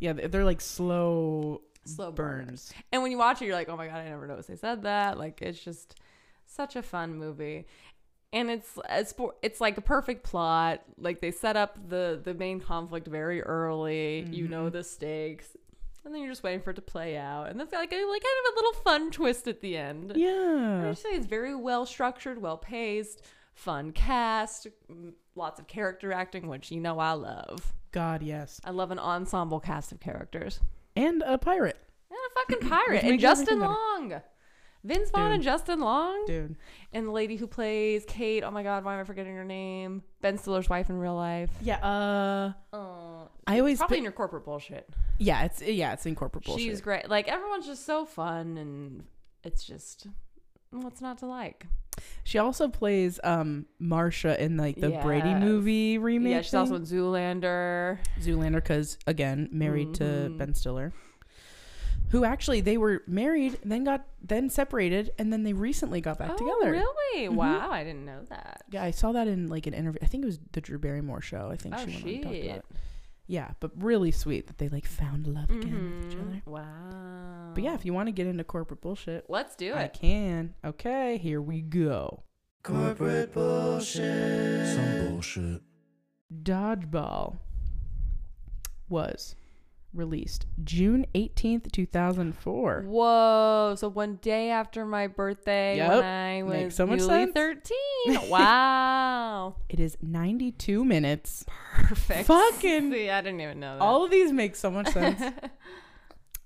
[SPEAKER 3] Yeah. they- They're like slow
[SPEAKER 2] slow burn.
[SPEAKER 3] burns.
[SPEAKER 2] And when you watch it, you're like, oh my God, I never noticed they said that. Like, it's just such a fun movie. And it's it's for- it's like a perfect plot. Like they set up the the main conflict very early. You know the stakes, and then you're just waiting for it to play out. And that's like a, like kind of a little fun twist at the end. I
[SPEAKER 3] Yeah.
[SPEAKER 2] would say it's very well structured, well paced, fun cast, m- lots of character acting, which you know I love.
[SPEAKER 3] God, yes.
[SPEAKER 2] I love an ensemble cast of characters.
[SPEAKER 3] And a pirate.
[SPEAKER 2] And a fucking pirate.
[SPEAKER 3] makes
[SPEAKER 2] and
[SPEAKER 3] everything
[SPEAKER 2] Justin
[SPEAKER 3] better.
[SPEAKER 2] Long. Vince Vaughn
[SPEAKER 3] Dude.
[SPEAKER 2] and Justin Long
[SPEAKER 3] dude.
[SPEAKER 2] and the lady who plays Kate. Oh my God, why am I forgetting her name? Ben Stiller's wife in real life.
[SPEAKER 3] Yeah. Uh,
[SPEAKER 2] Oh,
[SPEAKER 3] I always
[SPEAKER 2] probably
[SPEAKER 3] pi-
[SPEAKER 2] in your corporate bullshit.
[SPEAKER 3] yeah. It's yeah. It's incorporate bullshit.
[SPEAKER 2] She's great. Like everyone's just so fun, and it's just what's not to like.
[SPEAKER 3] She also plays um Marsha in like the Brady
[SPEAKER 2] Yes.
[SPEAKER 3] movie remake.
[SPEAKER 2] yeah, she's also in Zoolander.
[SPEAKER 3] Zoolander because again married to
[SPEAKER 2] Mhm.
[SPEAKER 3] Ben Stiller, who actually they were married, then got then separated, and then they recently got back
[SPEAKER 2] oh,
[SPEAKER 3] together.
[SPEAKER 2] really?
[SPEAKER 3] Mhm.
[SPEAKER 2] Wow, I didn't know that.
[SPEAKER 3] Yeah, I saw that in like an interview. I think it was the Drew Barrymore show. I think
[SPEAKER 2] Oh
[SPEAKER 3] she went on and talked about
[SPEAKER 2] shit!
[SPEAKER 3] it. Yeah, but really sweet that they like found love again with each
[SPEAKER 2] Mhm.
[SPEAKER 3] other.
[SPEAKER 2] Wow.
[SPEAKER 3] But yeah, if you want to get into corporate bullshit,
[SPEAKER 2] let's do
[SPEAKER 3] I
[SPEAKER 2] it.
[SPEAKER 3] can. Okay, here we go.
[SPEAKER 4] Corporate bullshit. Some bullshit.
[SPEAKER 3] Dodgeball was released June 18th, 2004.
[SPEAKER 2] Whoa! So one day after my birthday,
[SPEAKER 3] Yep.
[SPEAKER 2] when I was
[SPEAKER 3] Makes so much
[SPEAKER 2] newly
[SPEAKER 3] sense.
[SPEAKER 2] thirteen. Wow!
[SPEAKER 3] It is 92 minutes.
[SPEAKER 2] Perfect.
[SPEAKER 3] Fucking-
[SPEAKER 2] See, I didn't even know that.
[SPEAKER 3] All of these make so much sense.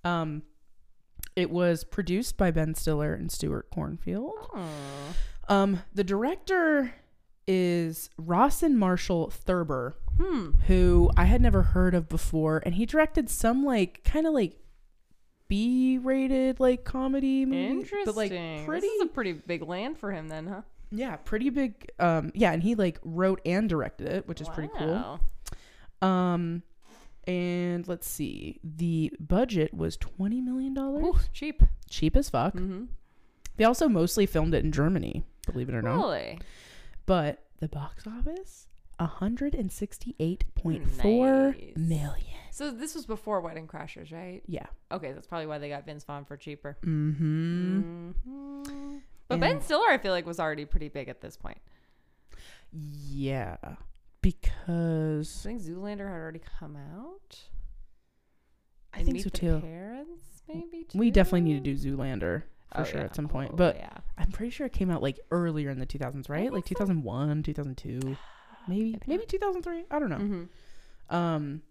[SPEAKER 3] um it was produced by Ben Stiller and Stuart Cornfield.
[SPEAKER 2] Oh.
[SPEAKER 3] Um the director is Rawson Marshall Thurber.
[SPEAKER 2] Hmm.
[SPEAKER 3] who I had never heard of before, and he directed some like kind of like B-rated like comedy movies,
[SPEAKER 2] Interesting.
[SPEAKER 3] but like pretty
[SPEAKER 2] This is a pretty big land for him then, huh?
[SPEAKER 3] yeah, pretty big. Um, yeah, and he like wrote and directed it, which is pretty cool.
[SPEAKER 2] Wow.
[SPEAKER 3] Um, and let's see, the budget was twenty million dollars,
[SPEAKER 2] Ooh, cheap.
[SPEAKER 3] cheap as fuck.
[SPEAKER 2] Mm-hmm.
[SPEAKER 3] They also mostly filmed it in Germany, believe it or not.
[SPEAKER 2] Really?
[SPEAKER 3] But the box office, hundred and sixty-eight point four million.
[SPEAKER 2] Nice. So this was before Wedding Crashers, right?
[SPEAKER 3] Yeah.
[SPEAKER 2] Okay, that's probably why they got Vince Vaughn for cheaper.
[SPEAKER 3] Mm-hmm.
[SPEAKER 2] Mhm. But Ben
[SPEAKER 3] And-
[SPEAKER 2] Stiller, I feel like, was already pretty big at this point.
[SPEAKER 3] Yeah,
[SPEAKER 2] I
[SPEAKER 3] because
[SPEAKER 2] think Zoolander had already come out.
[SPEAKER 3] I
[SPEAKER 2] And
[SPEAKER 3] think
[SPEAKER 2] Meet
[SPEAKER 3] so
[SPEAKER 2] the
[SPEAKER 3] too.
[SPEAKER 2] Parents, maybe. Too?
[SPEAKER 3] we definitely need to do Zoolander for
[SPEAKER 2] Oh,
[SPEAKER 3] sure
[SPEAKER 2] yeah.
[SPEAKER 3] at some point.
[SPEAKER 2] Oh,
[SPEAKER 3] but
[SPEAKER 2] yeah.
[SPEAKER 3] I'm pretty sure it came out like earlier in the 2000s, right? Like 2001, 2002, maybe maybe 2003. I don't know.
[SPEAKER 2] Mhm.
[SPEAKER 3] Um,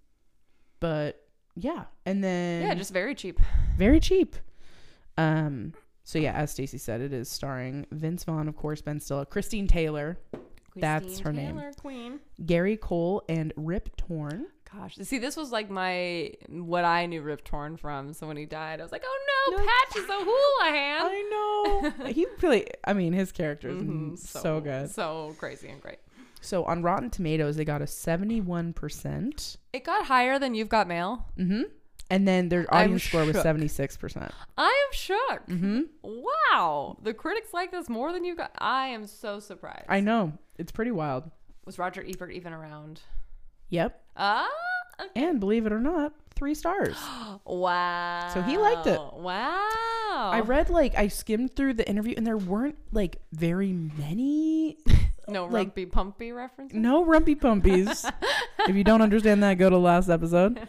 [SPEAKER 3] but yeah, and then
[SPEAKER 2] yeah, just very cheap.
[SPEAKER 3] very cheap. Um, so yeah, as Stacey said, it is starring Vince Vaughn, of course, Ben Stiller, Christine Taylor, That's
[SPEAKER 2] Christine
[SPEAKER 3] her name.
[SPEAKER 2] Taylor, Queen.
[SPEAKER 3] Gary Cole, and Rip Torn.
[SPEAKER 2] Gosh, see, this was like my what I knew Rip Torn from. So when he died, I was like, "Oh no,
[SPEAKER 3] No.
[SPEAKER 2] Patch is a houlihan."
[SPEAKER 3] I know he really. I mean, his character is
[SPEAKER 2] Mhm,
[SPEAKER 3] mm, so good.
[SPEAKER 2] so crazy and great.
[SPEAKER 3] So on Rotten Tomatoes, they got a 71%.
[SPEAKER 2] It got higher than you've got mail.
[SPEAKER 3] hmm And then their
[SPEAKER 2] I'm
[SPEAKER 3] audience score was
[SPEAKER 2] shook.
[SPEAKER 3] 76%.
[SPEAKER 2] I am shook.
[SPEAKER 3] hmm
[SPEAKER 2] Wow, the critics like this more than you got. I am so surprised.
[SPEAKER 3] I know. It's pretty wild.
[SPEAKER 2] Was Roger Ebert even around?
[SPEAKER 3] Yep.
[SPEAKER 2] Ah, okay.
[SPEAKER 3] And believe it or not, three stars.
[SPEAKER 2] wow.
[SPEAKER 3] So he liked it.
[SPEAKER 2] Wow.
[SPEAKER 3] I read, like, I skimmed through the interview and there weren't, like, very many.
[SPEAKER 2] no
[SPEAKER 3] like-
[SPEAKER 2] rumpy pumpy references.
[SPEAKER 3] No rumpy pumpies. if you don't understand that, go to last episode.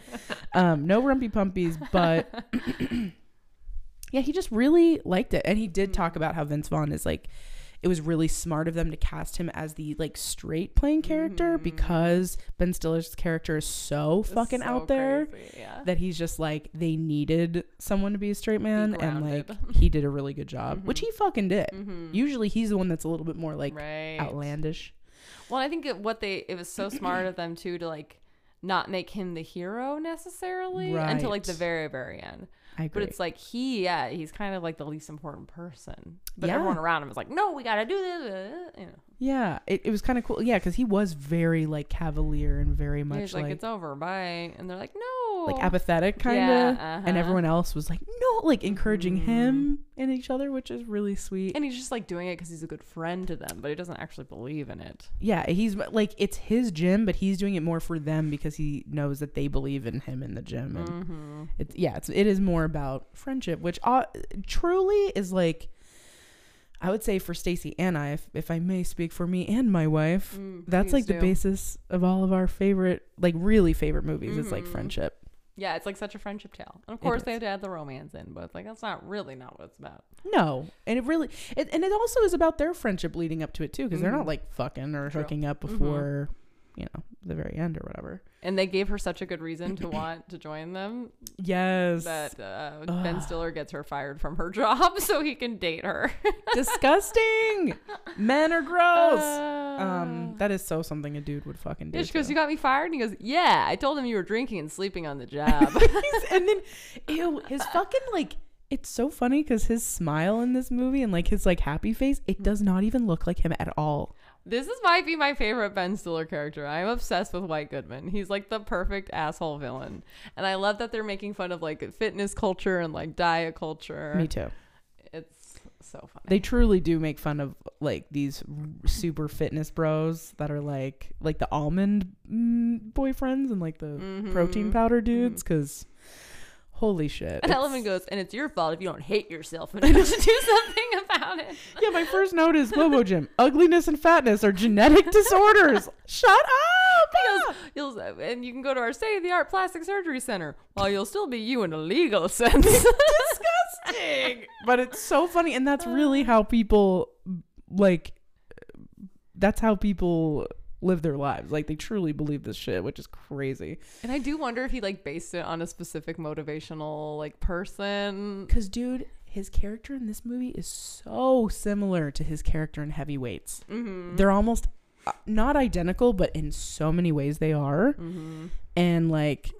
[SPEAKER 3] Um, no rumpy pumpies, but yeah, he just really liked it. And he did talk about how Vince Vaughn is like, it was really smart of them to cast him as the like straight playing character because Ben Stiller's character is so
[SPEAKER 2] Mm-hmm. It's
[SPEAKER 3] fucking
[SPEAKER 2] so
[SPEAKER 3] out there
[SPEAKER 2] crazy, Yeah.
[SPEAKER 3] that he's just like they needed someone to be a straight man and like
[SPEAKER 2] grounded.
[SPEAKER 3] he did a really good job, which he fucking did.
[SPEAKER 2] Mhm.
[SPEAKER 3] Usually he's the one that's a little bit more like
[SPEAKER 2] right.
[SPEAKER 3] outlandish.
[SPEAKER 2] Well, I think it, what they it was so smart of them too to like not make him the hero necessarily until like the
[SPEAKER 3] Right.
[SPEAKER 2] very very end.
[SPEAKER 3] I
[SPEAKER 2] But
[SPEAKER 3] agree.
[SPEAKER 2] it's like he yeah he's kind of like the least important person. But
[SPEAKER 3] Yeah.
[SPEAKER 2] everyone around him is like, no, we gotta do this. You know,
[SPEAKER 3] yeah, it, it was kind of cool. Yeah, because he was very like cavalier and very much
[SPEAKER 2] he's like,
[SPEAKER 3] like
[SPEAKER 2] it's over, bye. And they're like, no,
[SPEAKER 3] like apathetic kind of
[SPEAKER 2] Yeah,
[SPEAKER 3] and
[SPEAKER 2] uh-huh. Mm.
[SPEAKER 3] everyone else was like no like encouraging him and each other which is really sweet
[SPEAKER 2] And he's just like doing it because he's a good friend to them, but he doesn't actually believe in it.
[SPEAKER 3] yeah he's like it's his gym but he's doing it more for them because he knows that they believe in him in the gym and
[SPEAKER 2] Mm-hmm.
[SPEAKER 3] it's yeah it's, it is more about friendship which uh, truly is like i would say for stacy and i if, if i may speak for me and my wife
[SPEAKER 2] Mm,
[SPEAKER 3] that's
[SPEAKER 2] please
[SPEAKER 3] like the
[SPEAKER 2] do.
[SPEAKER 3] basis of all of our favorite like really favorite movies it's like
[SPEAKER 2] Mhm.
[SPEAKER 3] friendship
[SPEAKER 2] Yeah, it's like such a friendship tale. And of
[SPEAKER 3] It
[SPEAKER 2] course, they have
[SPEAKER 3] is.
[SPEAKER 2] to add the romance in, but it's like that's not really not what it's about.
[SPEAKER 3] No, and it really, it, and it also is about their friendship leading up to it too, because they're not like fucking
[SPEAKER 2] Mm-hmm. True.
[SPEAKER 3] or
[SPEAKER 2] Mm-hmm.
[SPEAKER 3] hooking up before you know the very end or whatever.
[SPEAKER 2] And they gave her such a good reason to want to join them
[SPEAKER 3] Yes.
[SPEAKER 2] that uh, Ben Stiller gets her fired from her job so he can date her.
[SPEAKER 3] Disgusting. Men are gross.
[SPEAKER 2] Uh,
[SPEAKER 3] um, that is so something a dude would fucking do.
[SPEAKER 2] yeah, she goes,
[SPEAKER 3] too.
[SPEAKER 2] "You got me fired," and he goes, "Yeah, I told him you were drinking and sleeping on the job."
[SPEAKER 3] He's- and then ew his fucking like it's so funny because his smile in this movie and like his like happy face
[SPEAKER 2] Mm.
[SPEAKER 3] it does not even look like him at all
[SPEAKER 2] This is might be my favorite Ben Stiller character. I'm obsessed with White Goodman. He's like the perfect asshole villain, and I love that they're making fun of like fitness culture and like diet culture.
[SPEAKER 3] me too
[SPEAKER 2] It's so funny.
[SPEAKER 3] they truly do make fun of like these r- super fitness bros that are like like the almond mm, boyfriends and like the protein
[SPEAKER 2] Mhm.
[SPEAKER 3] powder dudes because holy shit
[SPEAKER 2] and
[SPEAKER 3] it's-
[SPEAKER 2] Eleven goes, and it's your fault if you don't hate yourself enough to do something about it.
[SPEAKER 3] yeah my first note is Bobo Jim ugliness and fatness are genetic disorders shut up
[SPEAKER 2] He goes, you'll, and you can go to our state of the art plastic surgery center while you'll still be you in a legal sense.
[SPEAKER 3] disgusting. But it's so funny, and that's really how people like. That's how people live their lives. Like they truly believe this shit, which is crazy.
[SPEAKER 2] and I do wonder if he like based it on a specific motivational like person.
[SPEAKER 3] Because, dude, his character in this movie is so similar to his character in Heavyweights.
[SPEAKER 2] Mm-hmm.
[SPEAKER 3] They're almost uh, not identical, but in so many ways they are.
[SPEAKER 2] Mm-hmm.
[SPEAKER 3] And like,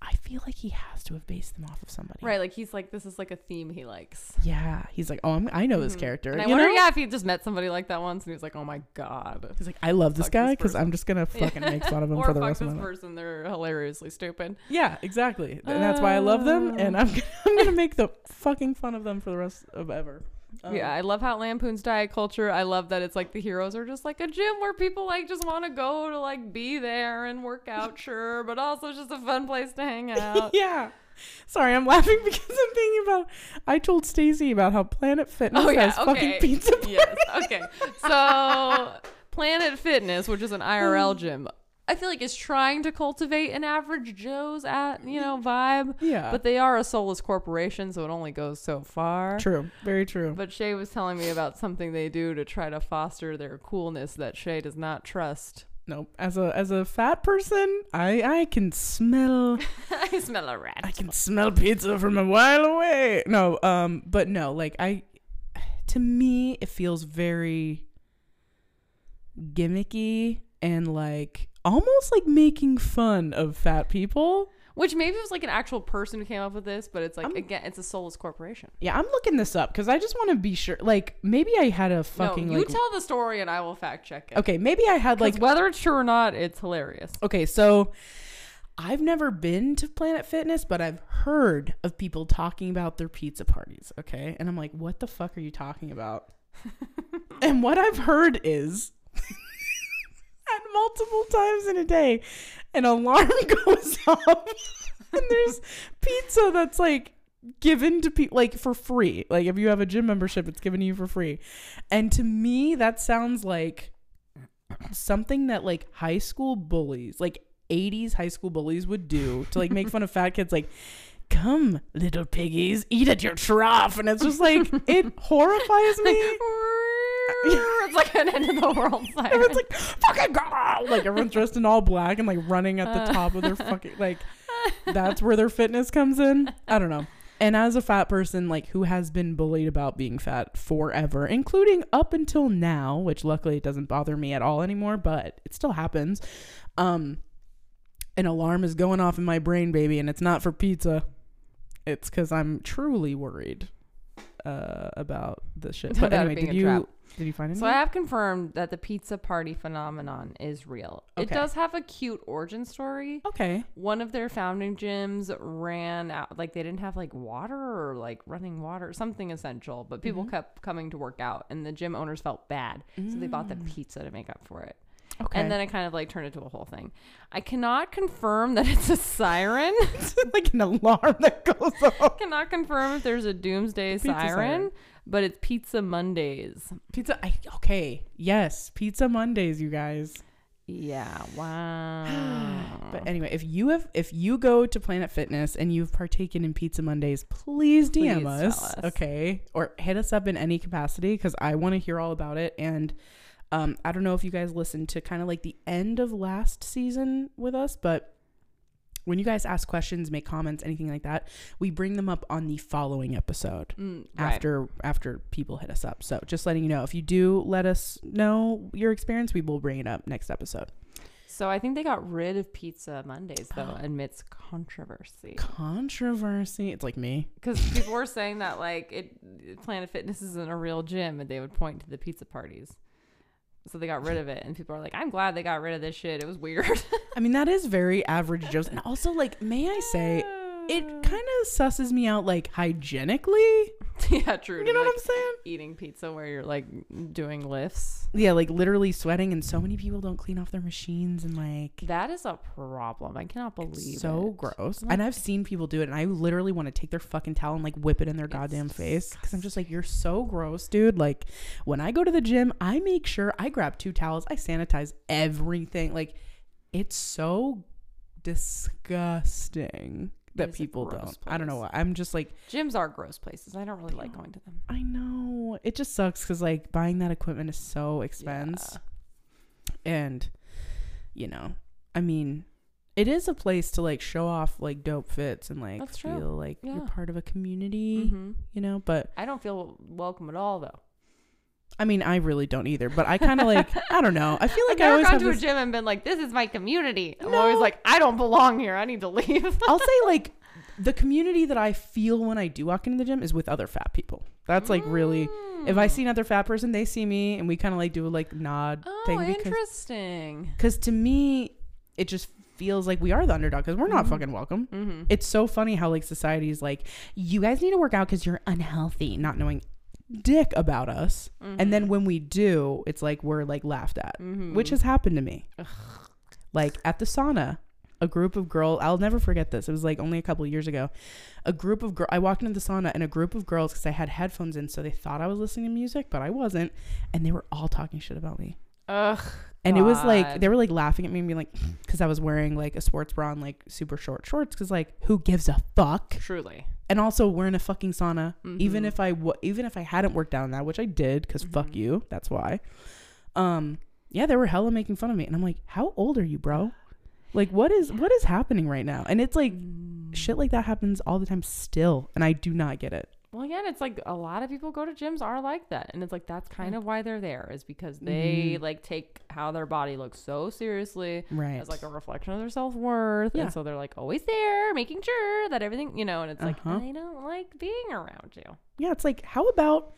[SPEAKER 3] I feel like he has to have based them off of somebody.
[SPEAKER 2] Right, like he's like this is like a theme he likes.
[SPEAKER 3] Yeah. He's like, oh, I'm, I know this character.
[SPEAKER 2] Mm-hmm. And I
[SPEAKER 3] you
[SPEAKER 2] wonder
[SPEAKER 3] know?
[SPEAKER 2] yeah if he just met somebody like that once and he was like, oh my god.
[SPEAKER 3] He's like, I love this
[SPEAKER 2] Fuck
[SPEAKER 3] guy
[SPEAKER 2] this
[SPEAKER 3] because I'm just gonna fucking make fun of him
[SPEAKER 2] or
[SPEAKER 3] for the
[SPEAKER 2] fuck
[SPEAKER 3] rest of
[SPEAKER 2] this
[SPEAKER 3] my life.
[SPEAKER 2] person, they're hilariously stupid.
[SPEAKER 3] Yeah, exactly, and that's why I love them,
[SPEAKER 2] Oh.
[SPEAKER 3] and I'm gonna, I'm gonna make the fucking fun of them for the rest of ever. Um,
[SPEAKER 2] yeah, I love how it lampoons diet culture. I love that it's like the heroes are just like a gym where people like just want to go to like be there and work out, sure, but also it's just a fun place to hang out.
[SPEAKER 3] yeah. Sorry, I'm laughing because I'm thinking about. I told Stacy about how Planet Fitness
[SPEAKER 2] Oh, yeah,
[SPEAKER 3] has fucking
[SPEAKER 2] okay.
[SPEAKER 3] pizza. parties.
[SPEAKER 2] yes. Okay. So Planet Fitness, which is an IRL gym, I feel like is trying to cultivate an average Joe's at you know vibe.
[SPEAKER 3] Yeah.
[SPEAKER 2] But they are a soulless corporation, so it only goes so far.
[SPEAKER 3] True, very true.
[SPEAKER 2] But Shay was telling me about something they do to try to foster their coolness that Shay does not trust.
[SPEAKER 3] nope. As a as a fat person, I I can smell
[SPEAKER 2] I smell a
[SPEAKER 3] I
[SPEAKER 2] rat.
[SPEAKER 3] can smell pizza from a mile away. No, um, but no, like I, to me, it feels very gimmicky and like almost like making fun of fat people.
[SPEAKER 2] Which maybe it was like an actual person who came up with this, but it's like
[SPEAKER 3] I'm-
[SPEAKER 2] again, it's a soulless corporation.
[SPEAKER 3] Yeah, I'm looking this up because I just want to be sure. Like maybe I had a fucking
[SPEAKER 2] no, you
[SPEAKER 3] like.
[SPEAKER 2] tell the story and I will fact check it.
[SPEAKER 3] okay, maybe I had like
[SPEAKER 2] Like whether it's true or not, it's hilarious.
[SPEAKER 3] Okay, so I've never been to Planet Fitness, but I've heard of people talking about their pizza parties, okay? And I'm like, what the fuck are you talking about? and what I've heard is at multiple times in a day, an alarm goes off and there's pizza that's like given to people like for free. Like if you have a gym membership, it's given to you for free. And to me, that sounds like something that like high school bullies, like 80s high school bullies would do to like make fun of fat kids like come little piggies eat at your trough and it's just like it horrifies me
[SPEAKER 2] it's like an end of the world siren.
[SPEAKER 3] everyone's like fucking go like everyone's dressed in all black and like running at the top of their fucking like that's where their fitness comes in i don't know and as a fat person like who has been bullied about being fat forever including up until now which luckily it doesn't bother me at all anymore but it still happens um an alarm is going off in my brain baby and it's not for pizza it's because i'm truly worried uh about the shit but
[SPEAKER 2] About it
[SPEAKER 3] anyway
[SPEAKER 2] being
[SPEAKER 3] did
[SPEAKER 2] a
[SPEAKER 3] you
[SPEAKER 2] trap.
[SPEAKER 3] did you find it
[SPEAKER 2] So I have confirmed that the pizza party phenomenon is real. It
[SPEAKER 3] Okay.
[SPEAKER 2] does have a cute origin story.
[SPEAKER 3] okay
[SPEAKER 2] One of their founding gyms ran out like they didn't have like water or like running water, something essential, but people
[SPEAKER 3] Mm-hmm.
[SPEAKER 2] kept coming to work out and the gym owners felt bad. So they bought the
[SPEAKER 3] Mm.
[SPEAKER 2] pizza to make up for it.
[SPEAKER 3] okay
[SPEAKER 2] And then it kind of like turned into a whole thing. I cannot confirm that it's a siren.
[SPEAKER 3] like an alarm that goes off.
[SPEAKER 2] cannot confirm if there's a doomsday siren,
[SPEAKER 3] siren.
[SPEAKER 2] but it's Pizza Mondays.
[SPEAKER 3] Pizza. I, okay. Yes. Pizza Mondays, you guys.
[SPEAKER 2] Yeah. Wow.
[SPEAKER 3] But anyway, if you have, if you go to Planet Fitness and you've partaken in Pizza Mondays, please DM
[SPEAKER 2] Please
[SPEAKER 3] us,
[SPEAKER 2] tell us.
[SPEAKER 3] Okay. Or hit us up in any capacity because I want to hear all about it. And Um, I don't know if you guys listened to kind of like the end of last season with us, but when you guys ask questions, make comments, anything like that, we bring them up on the following episode
[SPEAKER 2] Mm, right.
[SPEAKER 3] after after people hit us up. So just letting you know, if you do let us know your experience, we will bring it up next episode.
[SPEAKER 2] So I think they got rid of Pizza Mondays though, amidst controversy.
[SPEAKER 3] Controversy. It's like me.
[SPEAKER 2] Because people were saying that like it Planet Fitness isn't a real gym, and they would point to the pizza parties. So they got rid of it, and people are like, "I'm glad they got rid of this shit. It was weird."
[SPEAKER 3] I mean, that is very average Joe's. And also, like, may I say, it kind of susses me out, like, hygienically.
[SPEAKER 2] yeah, true.
[SPEAKER 3] You know what I'm saying?
[SPEAKER 2] Eating pizza where you're like doing lifts.
[SPEAKER 3] Yeah, like literally sweating, and so many people don't clean off their machines, and like,
[SPEAKER 2] That is a problem. I cannot believe
[SPEAKER 3] so
[SPEAKER 2] it.
[SPEAKER 3] gross. And I've seen people do it, and I literally want to take their fucking towel and like whip it in their goddamn face because I'm just like, you're so gross, dude. Like, when I go to the gym, I make sure I grab two towels, I sanitize everything. Like, it's so disgusting that
[SPEAKER 2] is a
[SPEAKER 3] people don't.
[SPEAKER 2] gross
[SPEAKER 3] I don't know
[SPEAKER 2] place.
[SPEAKER 3] why. I'm just like,
[SPEAKER 2] Gyms are gross places. I don't really like going to them.
[SPEAKER 3] I know it just sucks because like buying that equipment is so expense, and you know, I mean, it is a place to like show off like dope fits and like
[SPEAKER 2] That's true.
[SPEAKER 3] feel like you're
[SPEAKER 2] Yeah.
[SPEAKER 3] part of a community,
[SPEAKER 2] hmm
[SPEAKER 3] you know. But
[SPEAKER 2] I don't feel welcome at all though.
[SPEAKER 3] I mean, I really don't either. But I kind of like I don't know. I feel
[SPEAKER 2] I've
[SPEAKER 3] like I
[SPEAKER 2] never
[SPEAKER 3] always
[SPEAKER 2] gone
[SPEAKER 3] have
[SPEAKER 2] to a
[SPEAKER 3] this,
[SPEAKER 2] gym and been like, "This is my community." I'm
[SPEAKER 3] No.
[SPEAKER 2] always like, "I don't belong here. I need to leave."
[SPEAKER 3] I'll say like the community that I feel when I do walk into the gym is with other fat people. That's like really. If
[SPEAKER 2] Mm.
[SPEAKER 3] I see another fat person, they see me, and we kind of like do a like nod
[SPEAKER 2] oh,
[SPEAKER 3] thing because
[SPEAKER 2] interesting.
[SPEAKER 3] Because to me, it just feels like we are the underdog because we're not fucking welcome.
[SPEAKER 2] Mm-hmm.
[SPEAKER 3] It's so funny how like society is like, you guys need to work out because you're unhealthy, not knowing dick about us. And then when we do, it's like we're like laughed at, which has happened to me. Like at the sauna, a group of girls, I'll never forget this. It was like only a couple of years ago. A group of girls, I walked into the sauna and a group of girls, because I had headphones in, so they thought I was listening to music, but I wasn't. And they were all talking shit about me.
[SPEAKER 2] Ugh.
[SPEAKER 3] And it was like
[SPEAKER 2] God.
[SPEAKER 3] they were like laughing at me and being like, because I was wearing like a sports bra and like super short shorts. Because like, who gives a fuck?
[SPEAKER 2] Truly.
[SPEAKER 3] And also, we're in a fucking sauna. Even if I wa even if I hadn't worked out on that, which I did, because fuck you, that's why. Um, yeah, they were hella making fun of me, and I'm like, how old are you, bro? Like, what is what is happening right now? And it's like, shit like that happens all the time still, and I do not get it.
[SPEAKER 2] Well, again, it's like a lot of people go to gyms are like that, and it's like that's kind of why they're there is because they like take how their body looks so seriously
[SPEAKER 3] Mm-hmm. Right.
[SPEAKER 2] as like a reflection of their self worth,
[SPEAKER 3] Yeah.
[SPEAKER 2] and so they're like always there, making sure that everything you know, and it's
[SPEAKER 3] Uh-huh.
[SPEAKER 2] like I don't like being around you.
[SPEAKER 3] Yeah, it's like, how about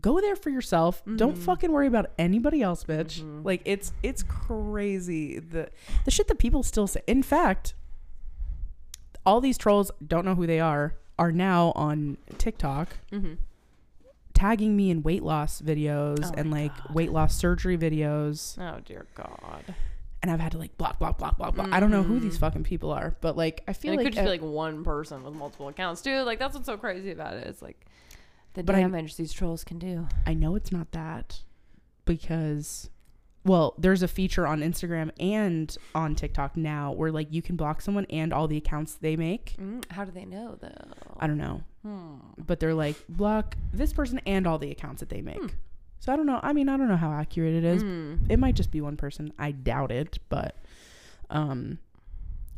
[SPEAKER 3] go there for yourself? Don't
[SPEAKER 2] Mm-hmm.
[SPEAKER 3] fucking worry about anybody else, bitch. Like it's it's crazy the the shit that people still say. In fact, all these trolls don't know who they are are now on TikTok Mm-hmm. tagging me in weight loss videos
[SPEAKER 2] Oh
[SPEAKER 3] and
[SPEAKER 2] my
[SPEAKER 3] like weight loss surgery videos
[SPEAKER 2] Oh dear God!
[SPEAKER 3] and I've had to like block block block block block. I don't know who these fucking people are, but like I
[SPEAKER 2] Mm.
[SPEAKER 3] feel
[SPEAKER 2] and it
[SPEAKER 3] like
[SPEAKER 2] could just
[SPEAKER 3] uh,
[SPEAKER 2] be like one person with multiple accounts too. Like that's what's so crazy about it. It's like the
[SPEAKER 3] But I-
[SPEAKER 2] damage these trolls can do.
[SPEAKER 3] I know it's not that because well, there's a feature on Instagram and on TikTok now where like you can block someone and all the accounts they make.
[SPEAKER 2] Mm, how do they know though?
[SPEAKER 3] I don't know. But they're like block this person and all the accounts that they make. So I don't know. I mean, I don't know how accurate it is.
[SPEAKER 2] Hmm.
[SPEAKER 3] It might just be one person. I doubt it, but um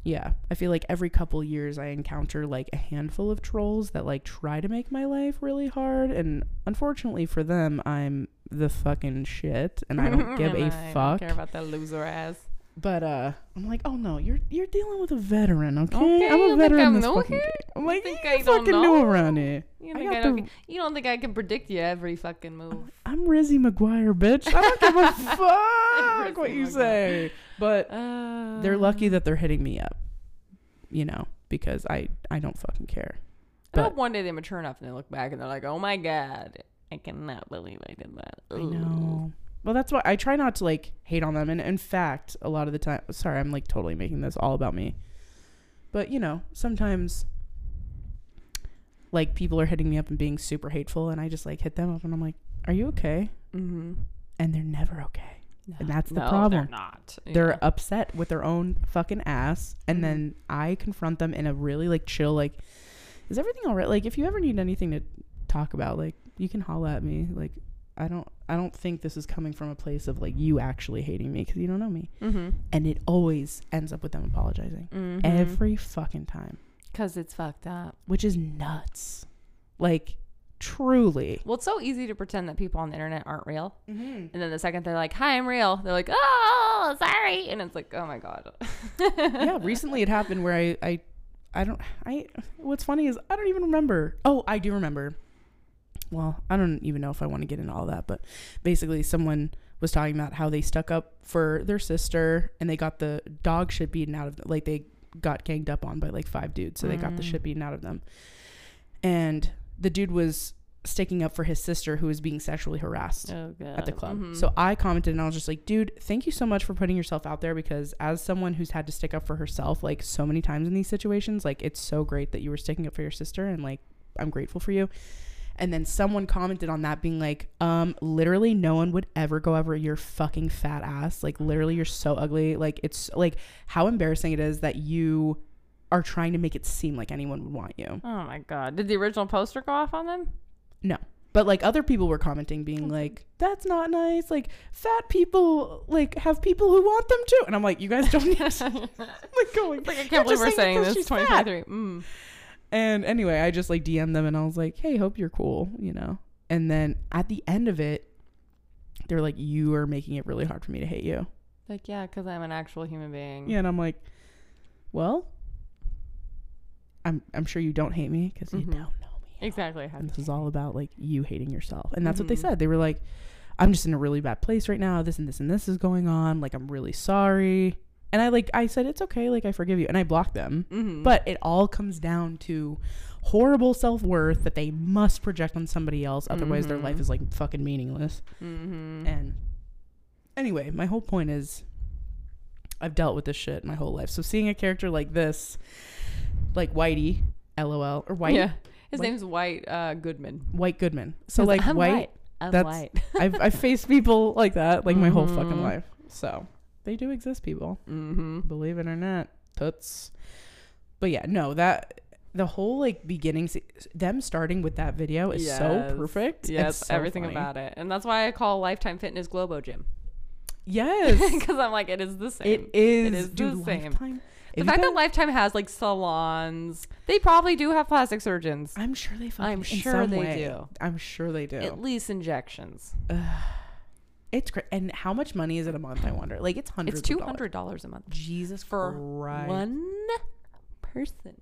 [SPEAKER 3] yeah, I feel like every couple years I encounter like a handful of trolls that like try to make my life really hard and unfortunately for them I'm the fucking shit and I don't give
[SPEAKER 2] And
[SPEAKER 3] a
[SPEAKER 2] I don't
[SPEAKER 3] fuck.
[SPEAKER 2] care about that loser ass.
[SPEAKER 3] But uh I'm like, "Oh no, you're you're dealing with a veteran, okay?
[SPEAKER 2] Okay,
[SPEAKER 3] I'm
[SPEAKER 2] you
[SPEAKER 3] a
[SPEAKER 2] think
[SPEAKER 3] veteran
[SPEAKER 2] I
[SPEAKER 3] in this
[SPEAKER 2] know
[SPEAKER 3] fucking
[SPEAKER 2] here?
[SPEAKER 3] game." I'm like,
[SPEAKER 2] think
[SPEAKER 3] "You
[SPEAKER 2] I don't
[SPEAKER 3] fucking new
[SPEAKER 2] know?
[SPEAKER 3] around here."
[SPEAKER 2] You
[SPEAKER 3] I
[SPEAKER 2] think
[SPEAKER 3] got
[SPEAKER 2] I,
[SPEAKER 3] the-
[SPEAKER 2] don't, ca- you don't think I can predict you every fucking move?
[SPEAKER 3] I'm Rizzy McGuire, bitch. I don't give a fuck what
[SPEAKER 2] Rizzy
[SPEAKER 3] you
[SPEAKER 2] McGuire.
[SPEAKER 3] say. But
[SPEAKER 2] Uh,
[SPEAKER 3] they're lucky that they're hitting me up, you know, because I I don't fucking care.
[SPEAKER 2] I hope
[SPEAKER 3] but-
[SPEAKER 2] one day they mature enough and they look back and they're like, "Oh my god, I cannot believe I did that."
[SPEAKER 3] I know. Well, that's why I try not to like hate on them. And in fact, a lot of the time, sorry, I'm like totally making this all about me. But you know, sometimes like people are hitting me up and being super hateful, and I just like hit them up and I'm like, "Are you okay?"
[SPEAKER 2] Mm-hmm.
[SPEAKER 3] And they're never okay. And that's the
[SPEAKER 2] no,
[SPEAKER 3] problem.
[SPEAKER 2] They're not. you
[SPEAKER 3] they're
[SPEAKER 2] know.
[SPEAKER 3] upset with their own fucking ass and then i confront them in a really like chill like is everything all right like if you ever need anything to talk about like you can holla at me like I don't I don't think this is coming from a place of like you actually hating me because you don't know me.
[SPEAKER 2] Mm-hmm.
[SPEAKER 3] And it always ends up with them apologizing
[SPEAKER 2] mm
[SPEAKER 3] every fucking time,
[SPEAKER 2] because it's fucked up.
[SPEAKER 3] which is nuts. Like truly.
[SPEAKER 2] Well, it's so easy to pretend that people on the internet aren't real, and then the second they're like, "Hi, I'm real," they're like, "Oh, sorry," and it's like, "Oh my god."
[SPEAKER 3] yeah, recently it happened where I, I I don't I what's funny is I don't even remember. Oh, I do remember. Well, I don't even know if I want to get into all that, but basically someone was talking about how they stuck up for their sister and they got the dog shit beaten out of them. Like they got ganged up on by like five dudes, so they got the shit beaten out of them. And the dude was sticking up for his sister who was being sexually harassed
[SPEAKER 2] Oh god.
[SPEAKER 3] at the club. So I commented and I was just like, dude, thank you so much for putting yourself out there because as someone who's had to stick up for herself like so many times in these situations, like it's so great that you were sticking up for your sister and like I'm grateful for you. And then someone commented on that being like, um, literally no one would ever go over your fucking fat ass. Like literally you're so ugly. Like it's like how embarrassing it is that you are trying to make it seem like anyone would want you.
[SPEAKER 2] Oh my god! Did the original poster go off on them?
[SPEAKER 3] No. But like other people were commenting, being
[SPEAKER 2] Mm-hmm.
[SPEAKER 3] like, "That's not nice." Like fat people, like have people who want them too. And I'm like, "You guys don't need." to-" I'm like going,
[SPEAKER 2] Like I
[SPEAKER 3] "You're
[SPEAKER 2] can't believe
[SPEAKER 3] just
[SPEAKER 2] we're saying
[SPEAKER 3] it 'cause
[SPEAKER 2] this.
[SPEAKER 3] she's fat."
[SPEAKER 2] 2023. Mm.
[SPEAKER 3] And anyway, I just like DM'd them and I was like, hey, hope you're cool, you know? And then at the end of it, they're like, you are making it really hard for me to hate you.
[SPEAKER 2] Like yeah, because I'm an actual human being.
[SPEAKER 3] Yeah. And I'm like, well, I'm, I'm sure you don't hate me because you
[SPEAKER 2] Mhm.
[SPEAKER 3] don't know me. at all."
[SPEAKER 2] Exactly.
[SPEAKER 3] And this is all about like you hating yourself. And that's what they
[SPEAKER 2] Mhm.
[SPEAKER 3] said. They were like, I'm just in a really bad place right now. This and this and this is going on. Like, I'm really sorry. And I like, I said, it's okay. Like, I forgive you. And I blocked them.
[SPEAKER 2] Mm-hmm.
[SPEAKER 3] But it all comes down to horrible self worth that they must project on somebody else. Otherwise, their
[SPEAKER 2] Mhm.
[SPEAKER 3] life is like fucking meaningless.
[SPEAKER 2] mm-hmm.
[SPEAKER 3] And anyway, my whole point is I've dealt with this shit my whole life. So seeing a character like this, like Whitey, LOL, or White,
[SPEAKER 2] Yeah. His
[SPEAKER 3] White-
[SPEAKER 2] name's White uh, Goodman.
[SPEAKER 3] White Goodman. So,
[SPEAKER 2] He's
[SPEAKER 3] like,
[SPEAKER 2] I'm
[SPEAKER 3] White.
[SPEAKER 2] I'm
[SPEAKER 3] that's-
[SPEAKER 2] white.
[SPEAKER 3] I've, I've faced people like that like my whole fucking
[SPEAKER 2] Mhm.
[SPEAKER 3] life. So they do exist, people.
[SPEAKER 2] Mm-hmm.
[SPEAKER 3] Believe it or not, toots. But yeah, no, that the whole like beginning, se- them starting with that video is
[SPEAKER 2] Yes.
[SPEAKER 3] so perfect.
[SPEAKER 2] Yeah,
[SPEAKER 3] It's
[SPEAKER 2] it's
[SPEAKER 3] so
[SPEAKER 2] everything
[SPEAKER 3] funny.
[SPEAKER 2] about it, and that's why I call Lifetime Fitness Globo Gym
[SPEAKER 3] Yes,
[SPEAKER 2] because I'm like, it is the same.
[SPEAKER 3] it is.
[SPEAKER 2] is the
[SPEAKER 3] dude,
[SPEAKER 2] same.
[SPEAKER 3] Lifetime.
[SPEAKER 2] the
[SPEAKER 3] if you
[SPEAKER 2] fact
[SPEAKER 3] guys-
[SPEAKER 2] that Lifetime has like salons, they probably do have plastic surgeons,
[SPEAKER 3] I'm sure they. Fucking,
[SPEAKER 2] I'm
[SPEAKER 3] in
[SPEAKER 2] sure
[SPEAKER 3] some
[SPEAKER 2] they
[SPEAKER 3] way,
[SPEAKER 2] do.
[SPEAKER 3] I'm sure they do.
[SPEAKER 2] at least injections.
[SPEAKER 3] it's great. And how much money is it a month? I wonder. Like it's hundreds.
[SPEAKER 2] It's
[SPEAKER 3] of
[SPEAKER 2] two
[SPEAKER 3] dollars.
[SPEAKER 2] hundred dollars a month
[SPEAKER 3] Jesus
[SPEAKER 2] for
[SPEAKER 3] Christ.
[SPEAKER 2] one person,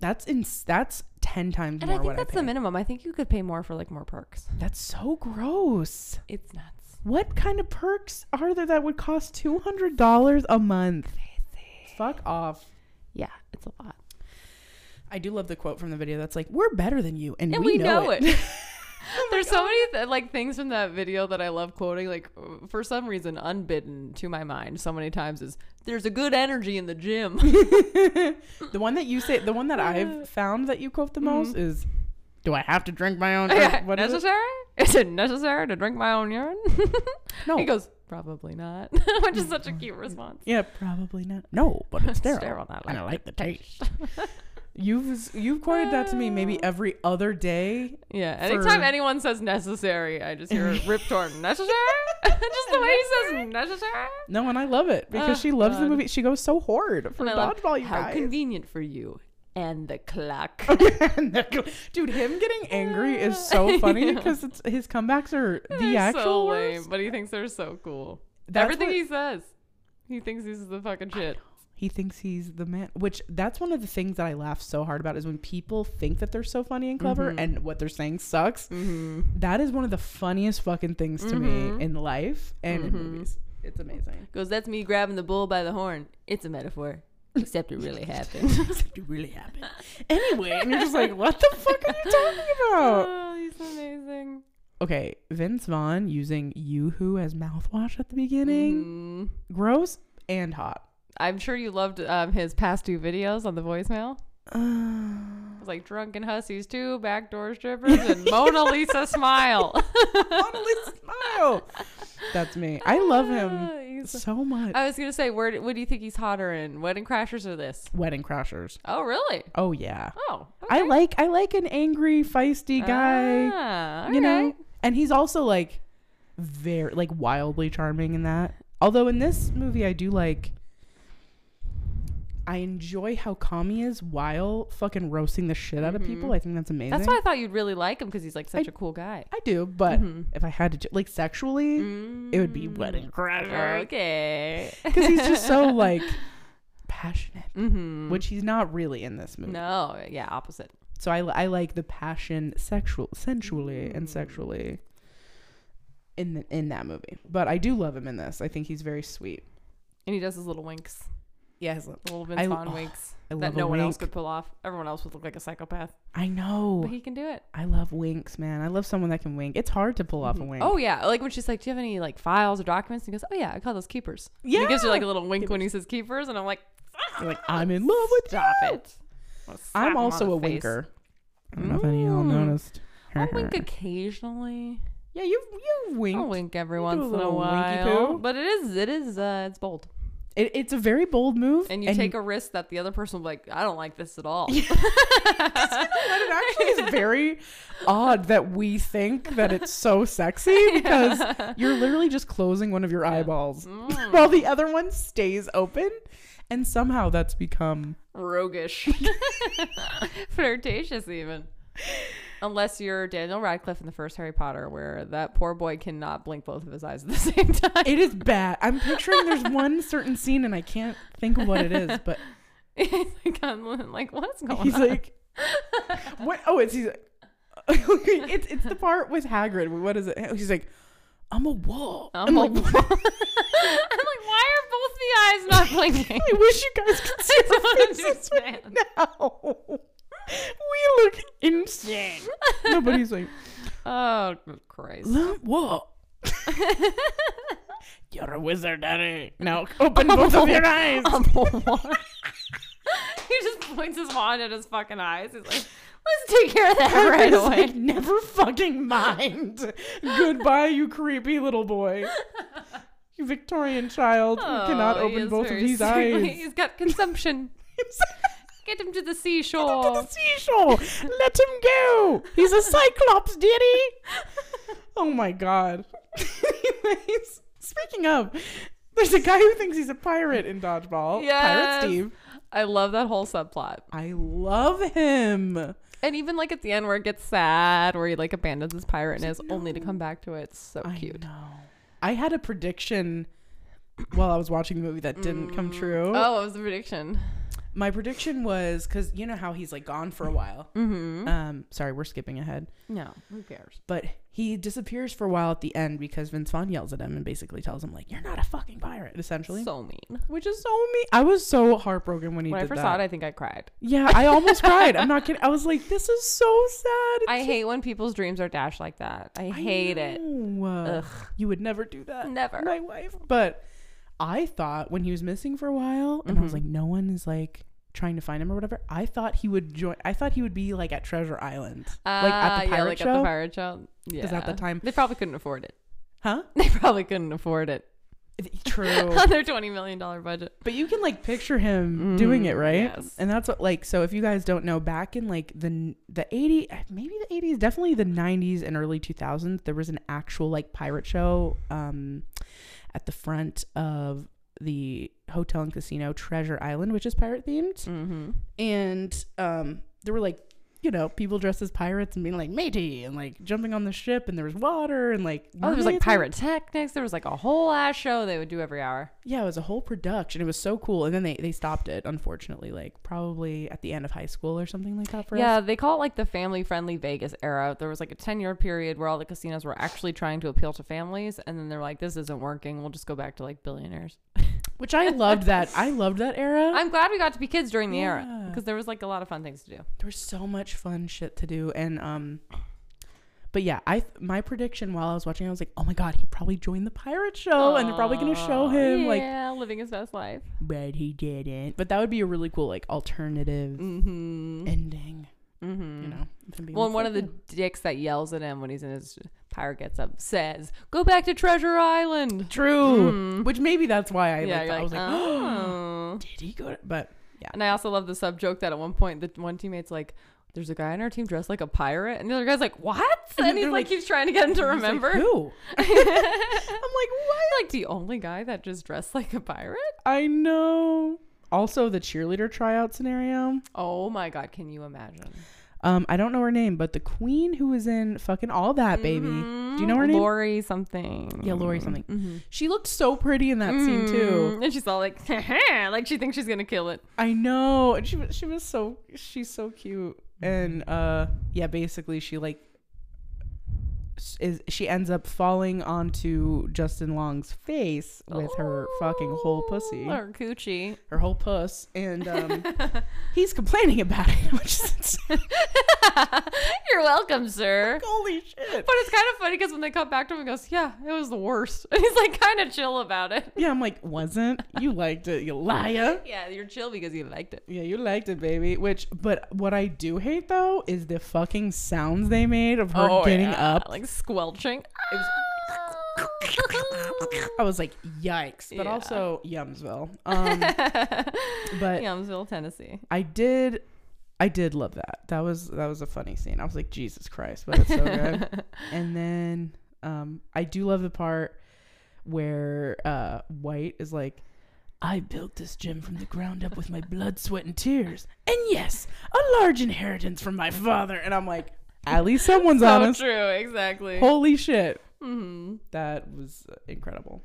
[SPEAKER 3] That's in. That's ten times
[SPEAKER 2] and
[SPEAKER 3] more.
[SPEAKER 2] I think
[SPEAKER 3] what
[SPEAKER 2] that's
[SPEAKER 3] I pay.
[SPEAKER 2] the minimum. I think you could pay more for like more perks.
[SPEAKER 3] That's so gross.
[SPEAKER 2] It's nuts.
[SPEAKER 3] What kind of perks are there that would cost two hundred dollars a month? Fuck off.
[SPEAKER 2] Yeah, it's a lot.
[SPEAKER 3] I do love the quote from the video that's like, "We're better than you, and,
[SPEAKER 2] and
[SPEAKER 3] we, know, it." Oh
[SPEAKER 2] There's so many th- like things from that video that I love quoting. Like uh, for some reason, unbidden to my mind so many times is "There's a good energy in the gym."
[SPEAKER 3] the one that you say, the one that I've found that you quote
[SPEAKER 2] Mm-hmm.
[SPEAKER 3] the most is, "Do I have to drink my own?" or What is it?
[SPEAKER 2] necessary? Is it necessary to drink my own urine?
[SPEAKER 3] No.
[SPEAKER 2] He goes, probably not, which is such a cute response.
[SPEAKER 3] Yeah, probably not. No, but it's sterile.
[SPEAKER 2] Sterile, not
[SPEAKER 3] and I
[SPEAKER 2] like
[SPEAKER 3] like the taste. you've you've quoted that to me
[SPEAKER 2] Uh.
[SPEAKER 3] maybe every other day.
[SPEAKER 2] Yeah.
[SPEAKER 3] For-
[SPEAKER 2] Anytime anyone says necessary, I just hear Rip Torn necessary. just the way he says necessary.
[SPEAKER 3] No, and I love it because
[SPEAKER 2] Oh,
[SPEAKER 3] she loves the
[SPEAKER 2] God.
[SPEAKER 3] movie. She goes so hard for
[SPEAKER 2] And I love,
[SPEAKER 3] dodgeball. you
[SPEAKER 2] How
[SPEAKER 3] guys.
[SPEAKER 2] convenient for you. And the clock.
[SPEAKER 3] And they're go- Dude, him getting angry is so funny because it's his comebacks are the
[SPEAKER 2] They're
[SPEAKER 3] actual
[SPEAKER 2] so lame,
[SPEAKER 3] worst.
[SPEAKER 2] but he thinks they're so cool.
[SPEAKER 3] That's
[SPEAKER 2] Everything
[SPEAKER 3] what-
[SPEAKER 2] he says, he thinks he's the fucking shit.
[SPEAKER 3] He thinks he's the man, which that's one of the things that I laugh so hard about is when people think that they're so funny and clever and what they're saying sucks.
[SPEAKER 2] Mm-hmm.
[SPEAKER 3] That is one of the funniest fucking things to
[SPEAKER 2] Mhm.
[SPEAKER 3] me in life and
[SPEAKER 2] Mm-hmm.
[SPEAKER 3] in movies. It's amazing.
[SPEAKER 2] Goes, that's me grabbing the bull by the horn. It's a metaphor, except it really happened.
[SPEAKER 3] Except it really happened. Anyway, and you're just like, what the fuck are you talking about?
[SPEAKER 2] oh, he's amazing.
[SPEAKER 3] Okay, Vince Vaughn using Yoo-Hoo as mouthwash at the beginning.
[SPEAKER 2] Mm.
[SPEAKER 3] Gross and hot.
[SPEAKER 2] I'm sure you loved um, his past two videos on the voicemail.
[SPEAKER 3] Uh,
[SPEAKER 2] It's like drunken hussies too, backdoor strippers, and Mona Lisa smile.
[SPEAKER 3] Mona Lisa smile. That's me. I love him
[SPEAKER 2] Ah, he's-
[SPEAKER 3] so much.
[SPEAKER 2] I was gonna say, where? do- What do you think he's hotter in? Wedding Crashers or this?
[SPEAKER 3] Wedding Crashers.
[SPEAKER 2] Oh, really?
[SPEAKER 3] Oh yeah.
[SPEAKER 2] Oh,
[SPEAKER 3] I like I like an angry, feisty guy.
[SPEAKER 2] Ah,
[SPEAKER 3] you know,
[SPEAKER 2] alright.
[SPEAKER 3] And he's also like very like wildly charming in that. Although in this movie I do like I enjoy how calm he is while fucking roasting the shit out of people.
[SPEAKER 2] Mhm.
[SPEAKER 3] I think that's amazing.
[SPEAKER 2] That's why I thought you'd really like him because he's like such a cool guy.
[SPEAKER 3] I do, but
[SPEAKER 2] Mhm.
[SPEAKER 3] if I had to ch- like sexually, it would be
[SPEAKER 2] Mm.
[SPEAKER 3] wedding crasher
[SPEAKER 2] Okay.
[SPEAKER 3] because he's just so like passionate,
[SPEAKER 2] hmm
[SPEAKER 3] which he's not really in this movie.
[SPEAKER 2] no, yeah, opposite.
[SPEAKER 3] So I, I like the passion sexual sensually
[SPEAKER 2] Mm.
[SPEAKER 3] and sexually in the, in that movie. But I do love him in this. I think he's very sweet.
[SPEAKER 2] And he does his little winks,
[SPEAKER 3] Yes.
[SPEAKER 2] little Vince
[SPEAKER 3] I-
[SPEAKER 2] Vaughn
[SPEAKER 3] oh,
[SPEAKER 2] winks
[SPEAKER 3] I
[SPEAKER 2] that
[SPEAKER 3] love
[SPEAKER 2] no
[SPEAKER 3] a
[SPEAKER 2] one else
[SPEAKER 3] wink.
[SPEAKER 2] could pull off. Everyone else would look like a psychopath,
[SPEAKER 3] I know.
[SPEAKER 2] but he can do it.
[SPEAKER 3] I love winks, man. I love someone that can wink. It's hard to pull off a
[SPEAKER 2] Mhm.
[SPEAKER 3] wink.
[SPEAKER 2] Oh yeah, like when she's like, "Do you have any like files or documents?" And he goes, "Oh yeah, I call those keepers." And
[SPEAKER 3] yeah.
[SPEAKER 2] he gives her like a little wink when he says keepers, and I'm like,
[SPEAKER 3] You're like, "I'm in love with
[SPEAKER 2] Stop
[SPEAKER 3] you."
[SPEAKER 2] it. I'll slap him
[SPEAKER 3] I'm
[SPEAKER 2] on
[SPEAKER 3] also
[SPEAKER 2] the
[SPEAKER 3] a
[SPEAKER 2] face.
[SPEAKER 3] winker. I don't know if any of y'all
[SPEAKER 2] Mm.
[SPEAKER 3] noticed.
[SPEAKER 2] I'll wink occasionally.
[SPEAKER 3] yeah, you you
[SPEAKER 2] I'll
[SPEAKER 3] wink.
[SPEAKER 2] wink every
[SPEAKER 3] You do
[SPEAKER 2] once
[SPEAKER 3] a
[SPEAKER 2] in a
[SPEAKER 3] little winky poo.
[SPEAKER 2] while, but it is it is uh, it's bold,
[SPEAKER 3] It, it's a very bold move,
[SPEAKER 2] and you take a risk that the other person will be like, "I don't like this at all."
[SPEAKER 3] but it actually is very odd that we think that it's so sexy because you're literally just closing one of your eyeballs
[SPEAKER 2] Mm.
[SPEAKER 3] while the other one stays open. And somehow that's become.
[SPEAKER 2] roguish, flirtatious, even. Unless you're Daniel Radcliffe in the first Harry Potter, where that poor boy cannot blink both of his eyes at the same time.
[SPEAKER 3] It is bad. I'm picturing there's one certain scene and I can't think of what it is, but
[SPEAKER 2] He's like, I'm like, what is going
[SPEAKER 3] he's
[SPEAKER 2] on?
[SPEAKER 3] like, what? Oh, it's he's like, it's it's the part with Hagrid. What is it? He's like, I'm a wolf.
[SPEAKER 2] I'm
[SPEAKER 3] And,
[SPEAKER 2] a
[SPEAKER 3] like,
[SPEAKER 2] wolf. I'm like, why are both the eyes not blinking?
[SPEAKER 3] I wish you guys could see
[SPEAKER 2] I
[SPEAKER 3] our
[SPEAKER 2] don't
[SPEAKER 3] faces right
[SPEAKER 2] understand.
[SPEAKER 3] now. We look insane. Nobody's like,
[SPEAKER 2] Oh good Christ!
[SPEAKER 3] "Lum, what? You're a wizard, Daddy. Now open both of your eyes.
[SPEAKER 2] I'm a wolf. he just points his wand at his fucking eyes. He's like, let's take care of that right
[SPEAKER 3] It's
[SPEAKER 2] away.
[SPEAKER 3] like, Never fucking mind. Goodbye, you creepy little boy. You Victorian child who cannot
[SPEAKER 2] Oh, he
[SPEAKER 3] open
[SPEAKER 2] is
[SPEAKER 3] both of
[SPEAKER 2] very
[SPEAKER 3] these
[SPEAKER 2] sweet.
[SPEAKER 3] eyes.
[SPEAKER 2] He's got consumption. Get him to the seashore.
[SPEAKER 3] to the
[SPEAKER 2] Oh.
[SPEAKER 3] seashore. Let him go. He's a cyclops, did he? Oh my god. Anyways, speaking of, there's a guy who thinks he's a pirate in Dodgeball.
[SPEAKER 2] Yes.
[SPEAKER 3] Pirate Steve.
[SPEAKER 2] I love that whole subplot.
[SPEAKER 3] I love him.
[SPEAKER 2] And even like at the end where it gets sad, where he like abandons his pirateness only to come back to it. It's so cute.
[SPEAKER 3] I know. I had a prediction while I was watching the movie that didn't come true.
[SPEAKER 2] Oh, what was the prediction?
[SPEAKER 3] My prediction was because you know how he's like gone for a while.
[SPEAKER 2] Mm-hmm.
[SPEAKER 3] Um, sorry, we're skipping ahead.
[SPEAKER 2] No, who cares?
[SPEAKER 3] But he disappears for a while at the end because Vince Vaughn yells at him and basically tells him like, "You're not a fucking pirate," essentially,
[SPEAKER 2] So mean.
[SPEAKER 3] which is so me. I was so heartbroken when he
[SPEAKER 2] when
[SPEAKER 3] did
[SPEAKER 2] I first
[SPEAKER 3] that.
[SPEAKER 2] saw it, I think I cried.
[SPEAKER 3] yeah, I almost cried. I'm not kidding. I was like, "This is so sad."
[SPEAKER 2] I hate when people's dreams are dashed like that. I hate it.
[SPEAKER 3] Ugh. You would never do that.
[SPEAKER 2] Never.
[SPEAKER 3] My wife. But I thought when he was missing for a while, and I was
[SPEAKER 2] Mhm.
[SPEAKER 3] like, no one is like trying to find him or whatever. I thought he would join. I thought he would be like at Treasure Island, like at
[SPEAKER 2] Ah,
[SPEAKER 3] the pirate
[SPEAKER 2] yeah, like at
[SPEAKER 3] show.
[SPEAKER 2] the pirate show. Yeah.
[SPEAKER 3] at the time-
[SPEAKER 2] They probably couldn't afford it.
[SPEAKER 3] Huh?
[SPEAKER 2] They probably couldn't afford it
[SPEAKER 3] True.
[SPEAKER 2] on their $20 million budget.
[SPEAKER 3] but you can like picture him doing
[SPEAKER 2] Mm,
[SPEAKER 3] it, right?
[SPEAKER 2] yes.
[SPEAKER 3] And that's what like so if you guys don't know back in like the the 80 maybe the 80s, definitely the 90s and early 2000s, there was an actual like pirate show um at the front of the hotel and casino Treasure Island, which is pirate themed.
[SPEAKER 2] Mm-hmm.
[SPEAKER 3] And um there were like you know, people dressed as pirates and being like matey and like jumping on the ship, and there was water and like
[SPEAKER 2] Oh, there was like
[SPEAKER 3] mermaids and-
[SPEAKER 2] pyrotechnics. There was like a whole ass show they would do every hour.
[SPEAKER 3] yeah, it was a whole production. It was so cool. And then they, they stopped it, unfortunately, like probably at the end of high school or something like that for us.
[SPEAKER 2] Yeah, they call it like the family friendly Vegas era. There was like a 10 year period where all the casinos were actually trying to appeal to families. And then they're like, this isn't working. We'll just go back to like billionaires.
[SPEAKER 3] Which I loved that. I loved that era.
[SPEAKER 2] I'm glad we got to be kids during the era. 'Cause era
[SPEAKER 3] Yeah.
[SPEAKER 2] because there was like a lot of fun things to do.
[SPEAKER 3] there was so much fun shit to do. And, um, but yeah, I my prediction while I was watching, I was like, oh my god, he probably joined the pirate show, Oh, and they're probably gonna show
[SPEAKER 2] Aw,
[SPEAKER 3] him like,
[SPEAKER 2] yeah, living his best life.
[SPEAKER 3] but he didn't. But that would be a really cool like alternative
[SPEAKER 2] Mm-hmm.
[SPEAKER 3] ending,
[SPEAKER 2] mm-hmm.
[SPEAKER 3] you know? if I'm being
[SPEAKER 2] well, and one of the
[SPEAKER 3] reflective.
[SPEAKER 2] dicks that yells at him when he's in his pirate gets up says, "Go back to Treasure Island."
[SPEAKER 3] true,
[SPEAKER 2] Mm.
[SPEAKER 3] which maybe that's why I
[SPEAKER 2] yeah,
[SPEAKER 3] like,
[SPEAKER 2] you're
[SPEAKER 3] I was like,
[SPEAKER 2] "Oh."
[SPEAKER 3] did he go? To-? But
[SPEAKER 2] And I also love the sub joke that at one point the one teammate's like, there's a guy on our team dressed like a pirate, and the other guy's like, what?
[SPEAKER 3] And
[SPEAKER 2] And,
[SPEAKER 3] then
[SPEAKER 2] he's
[SPEAKER 3] they're
[SPEAKER 2] like,
[SPEAKER 3] like-
[SPEAKER 2] keeps trying to get him to
[SPEAKER 3] He's like,
[SPEAKER 2] remember.
[SPEAKER 3] who?
[SPEAKER 2] I'm
[SPEAKER 3] like,
[SPEAKER 2] what? Like the only guy that just dressed like a pirate?
[SPEAKER 3] I know. Also, the cheerleader tryout scenario.
[SPEAKER 2] Oh my god, can you imagine?
[SPEAKER 3] Um, I don't know her name, but the queen who was in fucking all that baby. Do you know her
[SPEAKER 2] Mm-hmm.
[SPEAKER 3] name?
[SPEAKER 2] Mm, Lori something.
[SPEAKER 3] Yeah, Lori something.
[SPEAKER 2] Mhm.
[SPEAKER 3] She looked so pretty in that scene too.
[SPEAKER 2] Mm, And she's all like, like she thinks she's gonna kill it.
[SPEAKER 3] I know, and she was she was so she's so cute, and uh, yeah, basically she like s- is she ends up falling onto Justin Long's face with her fucking whole pussy,
[SPEAKER 2] Oh, Or coochie.
[SPEAKER 3] her whole puss, and um, he's complaining about it, which is insane.
[SPEAKER 2] You're welcome, sir.
[SPEAKER 3] holy shit.
[SPEAKER 2] But it's kind of funny because when they come back to him, he goes, "Yeah, it was the worst," and he's like kind of chill about it.
[SPEAKER 3] Yeah, I'm like, wasn't you liked it, you liar?
[SPEAKER 2] Yeah, you're chill because you liked it.
[SPEAKER 3] Yeah, you liked it, baby. Which, but what I do hate though is the fucking sounds they made of her getting
[SPEAKER 2] Oh, yeah,
[SPEAKER 3] up. Oh,
[SPEAKER 2] like squelching.
[SPEAKER 3] I was like, yikes. But
[SPEAKER 2] Yeah.
[SPEAKER 3] also, Yumsville. Um, but
[SPEAKER 2] Yamsville, Tennessee.
[SPEAKER 3] I did, I did love that. That was that was a funny scene. I was like, Jesus Christ, but it's so good. and then um, I do love the part where uh, White is like. I built this gym from the ground up with my blood, sweat, and tears. And yes, a large inheritance from my father. And I'm like, at least someone's
[SPEAKER 2] So
[SPEAKER 3] honest.
[SPEAKER 2] Oh, true, exactly.
[SPEAKER 3] Holy shit.
[SPEAKER 2] hmm
[SPEAKER 3] That was uh, incredible.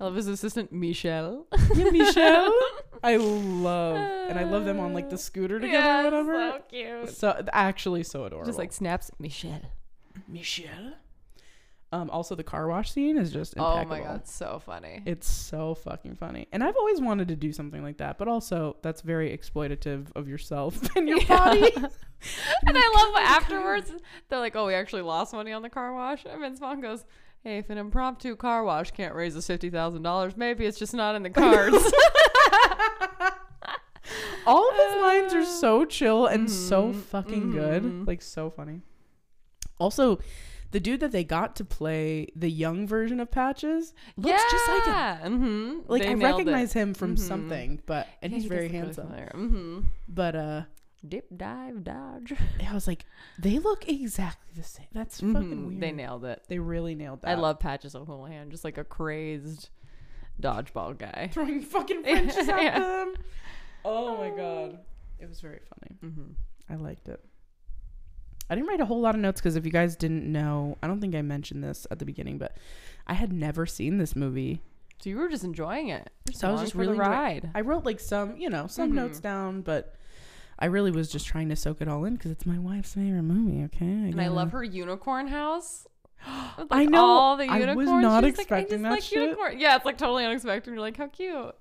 [SPEAKER 2] I love his assistant Michelle.
[SPEAKER 3] Yeah, Michelle. I love, and I love them on like the scooter together or whatever.
[SPEAKER 2] So cute.
[SPEAKER 3] So, actually, so adorable.
[SPEAKER 2] Just like snaps Michelle.
[SPEAKER 3] Michelle. Um, also, the car wash scene is just impeccable.
[SPEAKER 2] Oh my god, so funny.
[SPEAKER 3] It's so fucking funny. And I've always wanted to do something like that, but also that's very exploitative of yourself and your body.
[SPEAKER 2] and I love what afterwards they're like, "Oh, we actually lost money on the car wash." And Vince Vaughn goes, "Hey, if an impromptu car wash can't raise us fifty thousand dollars, maybe it's just not in the cards."
[SPEAKER 3] All of his lines are so chill and so
[SPEAKER 2] Mm-hmm.
[SPEAKER 3] fucking good.
[SPEAKER 2] mhm.
[SPEAKER 3] Like, so funny. Also, the dude that they got to play the young version of Patches looks just like him.
[SPEAKER 2] hmm
[SPEAKER 3] Like I recognize him from something, but and he's very handsome.
[SPEAKER 2] mm-hmm.
[SPEAKER 3] But uh,
[SPEAKER 2] Dip, dive, dodge.
[SPEAKER 3] I was like, they look exactly the same. That's fucking
[SPEAKER 2] Mhm.
[SPEAKER 3] weird.
[SPEAKER 2] They nailed it.
[SPEAKER 3] They really nailed that.
[SPEAKER 2] I love Patches O'Houlihan, just like a crazed dodgeball guy.
[SPEAKER 3] throwing fucking Frenchies at
[SPEAKER 2] Yeah.
[SPEAKER 3] them. Oh my god, it was very funny.
[SPEAKER 2] Mm-hmm.
[SPEAKER 3] I liked it. I didn't write a whole lot of notes because if you guys didn't know, I don't think I mentioned this at the beginning, but I had never seen this movie.
[SPEAKER 2] So you were just enjoying it.
[SPEAKER 3] So I was
[SPEAKER 2] Along
[SPEAKER 3] just
[SPEAKER 2] for the
[SPEAKER 3] really enjoy-
[SPEAKER 2] ride.
[SPEAKER 3] I wrote like some, you know, some
[SPEAKER 2] Mhm.
[SPEAKER 3] notes down, but I really was just trying to soak it all in because it's my wife's favorite movie. Okay,
[SPEAKER 2] And I love her unicorn house. With,
[SPEAKER 3] I know.
[SPEAKER 2] All the
[SPEAKER 3] I was
[SPEAKER 2] unicorns.
[SPEAKER 3] not
[SPEAKER 2] She's
[SPEAKER 3] expecting that
[SPEAKER 2] like, I just like
[SPEAKER 3] shit.
[SPEAKER 2] Unicorn. Yeah, it's like totally unexpected. You're like, how cute.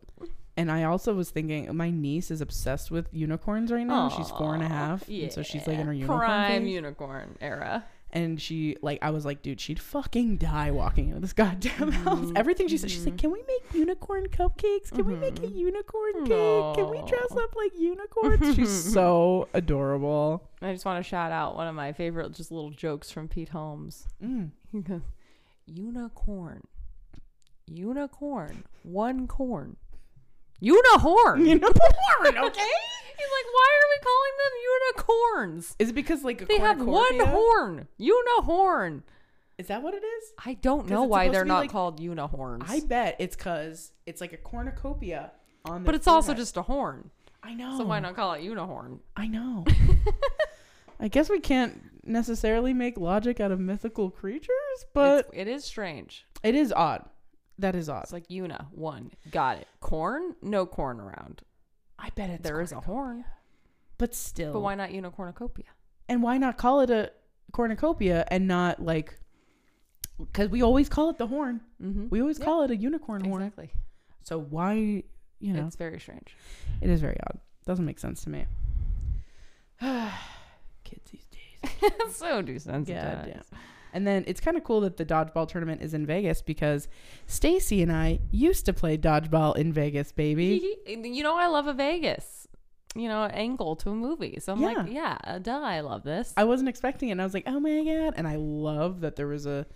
[SPEAKER 3] And I also was thinking, my niece is obsessed with unicorns right now. She's four and a
[SPEAKER 2] Aw,
[SPEAKER 3] half, and so she's like in her
[SPEAKER 2] yeah.
[SPEAKER 3] unicorn
[SPEAKER 2] prime
[SPEAKER 3] phase.
[SPEAKER 2] unicorn era.
[SPEAKER 3] and she like I was like, dude, she'd fucking die walking into this goddamn house.
[SPEAKER 2] Mm-hmm.
[SPEAKER 3] Everything she said, she's like, can we make unicorn cupcakes? Can we make a
[SPEAKER 2] Mm-hmm.
[SPEAKER 3] unicorn cake? Can we dress
[SPEAKER 2] No.
[SPEAKER 3] up like unicorns? she's so adorable.
[SPEAKER 2] I just want to shout out one of my favorite just little jokes from Pete Holmes.
[SPEAKER 3] Mm.
[SPEAKER 2] He goes, unicorn, unicorn, one corn, unihorn.
[SPEAKER 3] You know,
[SPEAKER 2] Unicorn, okay? He's like, why are we calling them unicorns?
[SPEAKER 3] is it because like a
[SPEAKER 2] They have one
[SPEAKER 3] cornucopia?
[SPEAKER 2] horn, unihorn.
[SPEAKER 3] Is that what it is?
[SPEAKER 2] I don't
[SPEAKER 3] 'Cause
[SPEAKER 2] know
[SPEAKER 3] it's
[SPEAKER 2] why
[SPEAKER 3] supposed to
[SPEAKER 2] they're
[SPEAKER 3] be
[SPEAKER 2] not
[SPEAKER 3] like-
[SPEAKER 2] called unihorns.
[SPEAKER 3] I bet it's because it's like a cornucopia on.
[SPEAKER 2] but
[SPEAKER 3] their
[SPEAKER 2] it's also
[SPEAKER 3] forehead.
[SPEAKER 2] just a horn.
[SPEAKER 3] I know.
[SPEAKER 2] So why not call it unihorn?
[SPEAKER 3] I know. I guess we can't necessarily make logic out of mythical creatures, but
[SPEAKER 2] It's- it is strange.
[SPEAKER 3] it is odd. That is odd.
[SPEAKER 2] It's like una, one. Got it. Corn? No corn around.
[SPEAKER 3] I bet it's
[SPEAKER 2] There is a horn.
[SPEAKER 3] but still.
[SPEAKER 2] But why not unicornucopia?
[SPEAKER 3] and why not call it a cornucopia and not like because we always call it the horn.
[SPEAKER 2] Mm-hmm.
[SPEAKER 3] We always call it a unicorn horn.
[SPEAKER 2] Exactly.
[SPEAKER 3] So why you know
[SPEAKER 2] It's very strange.
[SPEAKER 3] it is very odd. Doesn't make sense to me. Kids these days.
[SPEAKER 2] so desensitized.
[SPEAKER 3] God damn. And then it's kind of cool that the dodgeball tournament is in Vegas because Stacy and I used to play dodgeball in Vegas, baby.
[SPEAKER 2] you know, I love a Vegas, you know, angle to a movie. So I'm like, yeah, uh, duh, I love this.
[SPEAKER 3] I wasn't expecting it, and I was like, "Oh my god!" And I love that there was a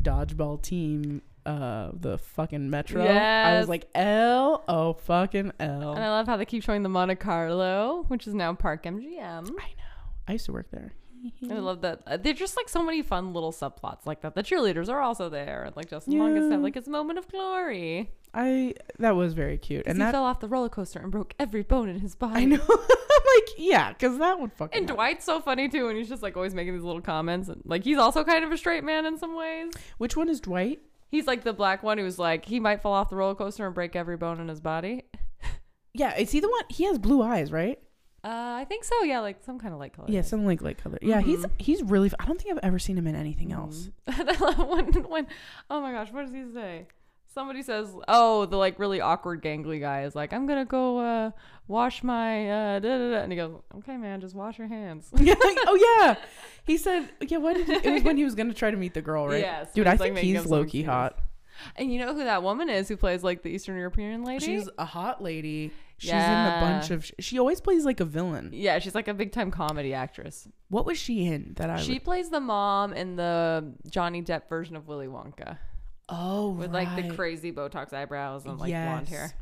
[SPEAKER 3] dodgeball team, uh, the fucking Metro. I was
[SPEAKER 2] Yes.
[SPEAKER 3] like, "L oh fucking L."
[SPEAKER 2] and I love how they keep showing the Monte Carlo, which is now Park MGM.
[SPEAKER 3] I know. I used to work there.
[SPEAKER 2] I love that. Uh, There's just like so many fun little subplots like that. The cheerleaders are also there, and like Justin Long is
[SPEAKER 3] Yeah.
[SPEAKER 2] there, like his moment of glory.
[SPEAKER 3] I that was very cute,
[SPEAKER 2] 'Cause
[SPEAKER 3] and
[SPEAKER 2] he
[SPEAKER 3] that
[SPEAKER 2] fell off the roller coaster and broke every bone in his body.
[SPEAKER 3] I know, like yeah, because that would fucking.
[SPEAKER 2] And
[SPEAKER 3] happen.
[SPEAKER 2] Dwight's so funny too, and he's just like always making these little comments. And like he's also kind of a straight man in some ways.
[SPEAKER 3] Which one is Dwight?
[SPEAKER 2] He's like the black one who's like he might fall off the roller coaster and break every bone in his body.
[SPEAKER 3] Yeah, is he the one? He has blue eyes, right?
[SPEAKER 2] Uh, I think so. Yeah, like Mm-hmm. some kind of light color.
[SPEAKER 3] Yeah, something like light color. Yeah, he's he's really. f- I don't think I've ever seen him in
[SPEAKER 2] Mm-hmm.
[SPEAKER 3] anything else.
[SPEAKER 2] And I love when, when, oh my gosh, what does he say? Somebody says, oh, the like really awkward gangly guy is like, I'm gonna go uh, wash my uh, da da da, and he goes, okay, man, just wash your hands.
[SPEAKER 3] Yeah, like, oh yeah, he said. Yeah, what did he, it was when he was gonna try to meet the girl, right?
[SPEAKER 2] Yes,
[SPEAKER 3] dude,
[SPEAKER 2] he's,
[SPEAKER 3] I
[SPEAKER 2] like,
[SPEAKER 3] think
[SPEAKER 2] making up
[SPEAKER 3] he's
[SPEAKER 2] some
[SPEAKER 3] low key
[SPEAKER 2] excuse.
[SPEAKER 3] hot.
[SPEAKER 2] And you know who that woman is who plays like the Eastern European lady?
[SPEAKER 3] She's a hot lady. She's
[SPEAKER 2] Yeah.
[SPEAKER 3] in a bunch of. She always plays like a villain.
[SPEAKER 2] yeah, she's like a big time comedy actress.
[SPEAKER 3] What was she in that I?
[SPEAKER 2] She
[SPEAKER 3] would-
[SPEAKER 2] plays the mom in the Johnny Depp version of Willy Wonka
[SPEAKER 3] oh,
[SPEAKER 2] with like the
[SPEAKER 3] right.
[SPEAKER 2] crazy Botox eyebrows and like blonde hair.
[SPEAKER 3] Yes.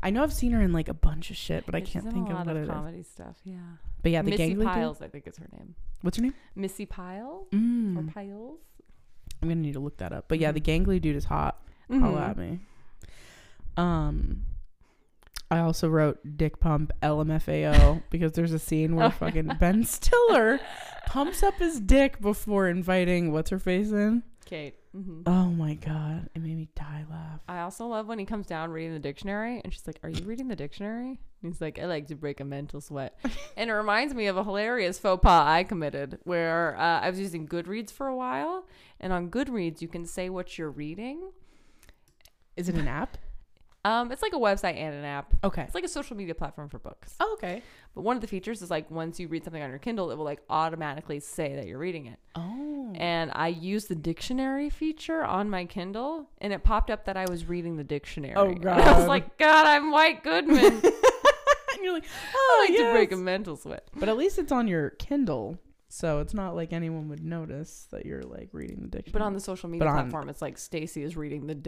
[SPEAKER 3] I know I've seen her in like a bunch of shit, but I
[SPEAKER 2] Yeah,
[SPEAKER 3] can't
[SPEAKER 2] she's in
[SPEAKER 3] think
[SPEAKER 2] a lot
[SPEAKER 3] of what it is.
[SPEAKER 2] comedy stuff. Yeah,
[SPEAKER 3] But yeah, the
[SPEAKER 2] Missy
[SPEAKER 3] gang leader-
[SPEAKER 2] Piles, I think is her name.
[SPEAKER 3] What's her name?
[SPEAKER 2] Missy Pyle
[SPEAKER 3] Mm.
[SPEAKER 2] or Piles.
[SPEAKER 3] I'm gonna need to look that up. But yeah, the
[SPEAKER 2] Mm-hmm.
[SPEAKER 3] gangly dude is hot. Holla at me. Um, I also wrote dick pump LMFAO because there's a scene where fucking Ben Stiller pumps up his dick before inviting what's her face in.
[SPEAKER 2] Kate. hmm
[SPEAKER 3] Oh my god, it made me die laugh.
[SPEAKER 2] I also love when he comes down reading the dictionary and she's like, Are you reading the dictionary? And he's like, I like to break a mental sweat. and it reminds me of a hilarious faux pas I committed where uh, I was using Goodreads for a while. And on Goodreads, you can say what you're reading.
[SPEAKER 3] Is it an app?
[SPEAKER 2] Um, it's like a website and an app,
[SPEAKER 3] Okay.
[SPEAKER 2] it's like a social media platform for books.
[SPEAKER 3] Oh, okay.
[SPEAKER 2] But one of the features is like once you read something on your Kindle, it will like automatically say that you're reading it.
[SPEAKER 3] Oh.
[SPEAKER 2] and I used the dictionary feature on my Kindle, and it popped up that I was reading the dictionary.
[SPEAKER 3] Oh,
[SPEAKER 2] And I was
[SPEAKER 3] God.
[SPEAKER 2] like, God, I'm White Goodman.
[SPEAKER 3] and you're like,
[SPEAKER 2] I
[SPEAKER 3] oh,
[SPEAKER 2] like to break a
[SPEAKER 3] yes.
[SPEAKER 2] mental sweat.
[SPEAKER 3] But at least it's on your Kindle, so it's not like anyone would notice that you're like reading the dictionary.
[SPEAKER 2] But on the social media
[SPEAKER 3] But on-
[SPEAKER 2] platform, it's like Stacy is reading the
[SPEAKER 3] True.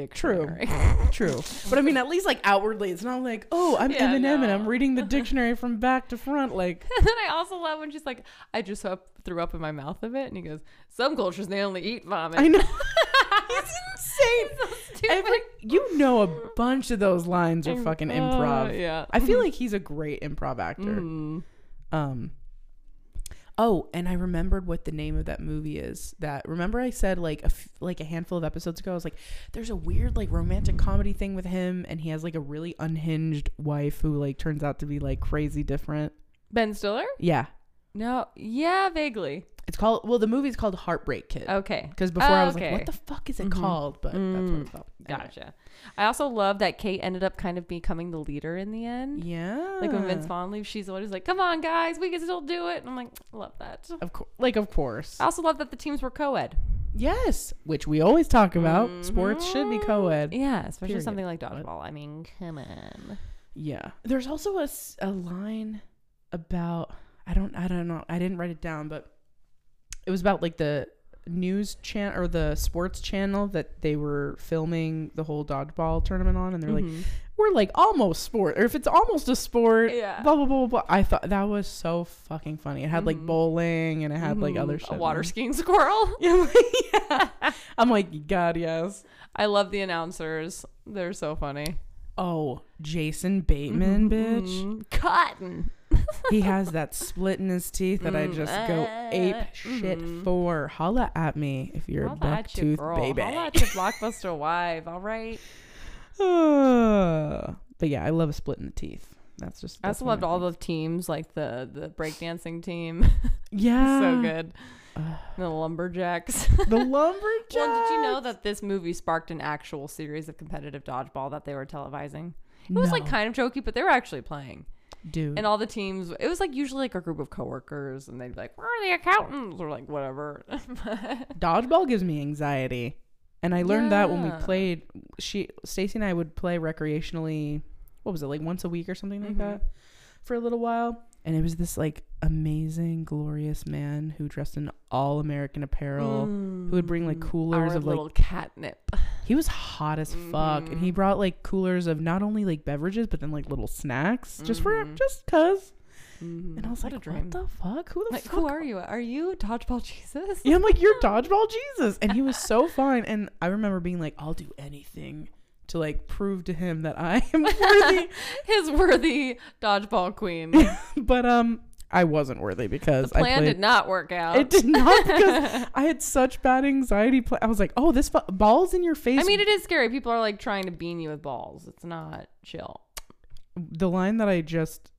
[SPEAKER 2] dictionary.
[SPEAKER 3] True. But I mean, at least like outwardly, it's not like, oh, I'm
[SPEAKER 2] Yeah,
[SPEAKER 3] Eminem and
[SPEAKER 2] no.
[SPEAKER 3] I'm reading the dictionary from back to front. Like,
[SPEAKER 2] and then I also love when she's like, I just up, threw up in my mouth of it. And he goes, Some cultures, they only eat vomit.
[SPEAKER 3] I know.
[SPEAKER 2] It's insane. so stupid.
[SPEAKER 3] Every, you know, a bunch of those lines are fucking
[SPEAKER 2] Uh,
[SPEAKER 3] improv.
[SPEAKER 2] yeah. Mm-hmm.
[SPEAKER 3] I feel like he's a great improv actor.
[SPEAKER 2] Mm.
[SPEAKER 3] Um. Oh, and I remembered what the name of that movie is. That remember I said like a f- like a handful of episodes ago. I was like, there's a weird like romantic comedy thing with him, and he has like a really unhinged wife who like turns out to be like crazy different.
[SPEAKER 2] Ben Stiller?
[SPEAKER 3] Yeah,
[SPEAKER 2] No. Yeah, vaguely.
[SPEAKER 3] it's called. Well, the movie's called Heartbreak Kid.
[SPEAKER 2] Okay.
[SPEAKER 3] Because before I was
[SPEAKER 2] Oh. okay.
[SPEAKER 3] like, what the fuck is it
[SPEAKER 2] Mhm.
[SPEAKER 3] called? But that's what
[SPEAKER 2] Mm.
[SPEAKER 3] it's called. Anyway.
[SPEAKER 2] Gotcha. I also love that Kate ended up kind of becoming the leader in the end.
[SPEAKER 3] Yeah.
[SPEAKER 2] Like when Vince Vaughn leaves, she's always like, "Come on, guys, we can still do it." And I'm like, "Love that."
[SPEAKER 3] Of course. Like, of course.
[SPEAKER 2] I also love that the teams were co-ed.
[SPEAKER 3] Yes. Which we always talk about. Sports should be
[SPEAKER 2] Mhm.
[SPEAKER 3] co ed.
[SPEAKER 2] Yeah, especially
[SPEAKER 3] Period.
[SPEAKER 2] something like dodgeball. I mean, come on.
[SPEAKER 3] Yeah. There's also a, s- a line about, I don't, I don't know. I didn't write it down, but it was about like the news channel or the sports channel that they were filming the whole dodgeball tournament on. And they're like,
[SPEAKER 2] Mhm.
[SPEAKER 3] we're like almost sport, or if it's almost a sport,
[SPEAKER 2] Yeah.
[SPEAKER 3] blah blah blah blah. blah. I thought that was so fucking funny. It had like
[SPEAKER 2] Mhm.
[SPEAKER 3] bowling and it had like
[SPEAKER 2] Mhm.
[SPEAKER 3] other
[SPEAKER 2] A
[SPEAKER 3] shit.
[SPEAKER 2] water skiing squirrel.
[SPEAKER 3] yeah. I'm like, God, yes.
[SPEAKER 2] I love the announcers. They're so funny.
[SPEAKER 3] Oh, Jason Bateman, bitch.
[SPEAKER 2] Mhm. Cotton.
[SPEAKER 3] He has that split in his teeth that I
[SPEAKER 2] Mm,
[SPEAKER 3] just go
[SPEAKER 2] ah,
[SPEAKER 3] ape shit
[SPEAKER 2] mhm.
[SPEAKER 3] for. Holla at me if you're a
[SPEAKER 2] Holla
[SPEAKER 3] buck
[SPEAKER 2] at your
[SPEAKER 3] tooth
[SPEAKER 2] girl.
[SPEAKER 3] baby.
[SPEAKER 2] Holla at your blockbuster wife. All right.
[SPEAKER 3] Uh, but yeah, I love a split in the teeth. That's just.
[SPEAKER 2] I
[SPEAKER 3] that's
[SPEAKER 2] also
[SPEAKER 3] one
[SPEAKER 2] loved
[SPEAKER 3] of my
[SPEAKER 2] all
[SPEAKER 3] things.
[SPEAKER 2] the teams, like the the breakdancing team.
[SPEAKER 3] Yeah.
[SPEAKER 2] so good.
[SPEAKER 3] Uh, Ugh.
[SPEAKER 2] The Lumberjacks.
[SPEAKER 3] The lumberjack.
[SPEAKER 2] well, did you know that this movie sparked an actual series of competitive dodgeball that they were televising? It was like
[SPEAKER 3] No.
[SPEAKER 2] kind of jokey, but they were actually playing.
[SPEAKER 3] dude.
[SPEAKER 2] And all the teams, it was like usually like a group of coworkers, and they'd be like, "Where are the accountants?" or like whatever.
[SPEAKER 3] dodgeball gives me anxiety and i learned that when we
[SPEAKER 2] Yeah.
[SPEAKER 3] played she stacy and i would play recreationally what was it like once a week or something like
[SPEAKER 2] Mhm.
[SPEAKER 3] that for a little while and it was this like amazing glorious man who dressed in all american apparel who would bring like
[SPEAKER 2] Mm.
[SPEAKER 3] coolers
[SPEAKER 2] Our
[SPEAKER 3] of like
[SPEAKER 2] little catnip.
[SPEAKER 3] he was hot as fuck and he
[SPEAKER 2] Mhm.
[SPEAKER 3] brought like coolers of not only like beverages but then like little snacks just for
[SPEAKER 2] Mhm.
[SPEAKER 3] just cuz
[SPEAKER 2] Mhm.
[SPEAKER 3] And I was
[SPEAKER 2] What
[SPEAKER 3] like, Mm-hmm. what the fuck? Who the
[SPEAKER 2] Like,
[SPEAKER 3] fuck?
[SPEAKER 2] who are you? Are you Dodgeball Jesus?
[SPEAKER 3] Yeah, I'm like, you're dodgeball Jesus. And he was so fine. And I remember being like, I'll do anything to like prove to him that I am worthy.
[SPEAKER 2] His worthy Dodgeball Queen.
[SPEAKER 3] but um I wasn't worthy
[SPEAKER 2] The
[SPEAKER 3] because I
[SPEAKER 2] plan
[SPEAKER 3] played
[SPEAKER 2] did not work out.
[SPEAKER 3] it did not because I had such bad anxiety. Play. I was like, "Oh, this fu- balls in your face."
[SPEAKER 2] I mean, it is scary. People are like trying to bean you with balls. It's not chill.
[SPEAKER 3] the line that I just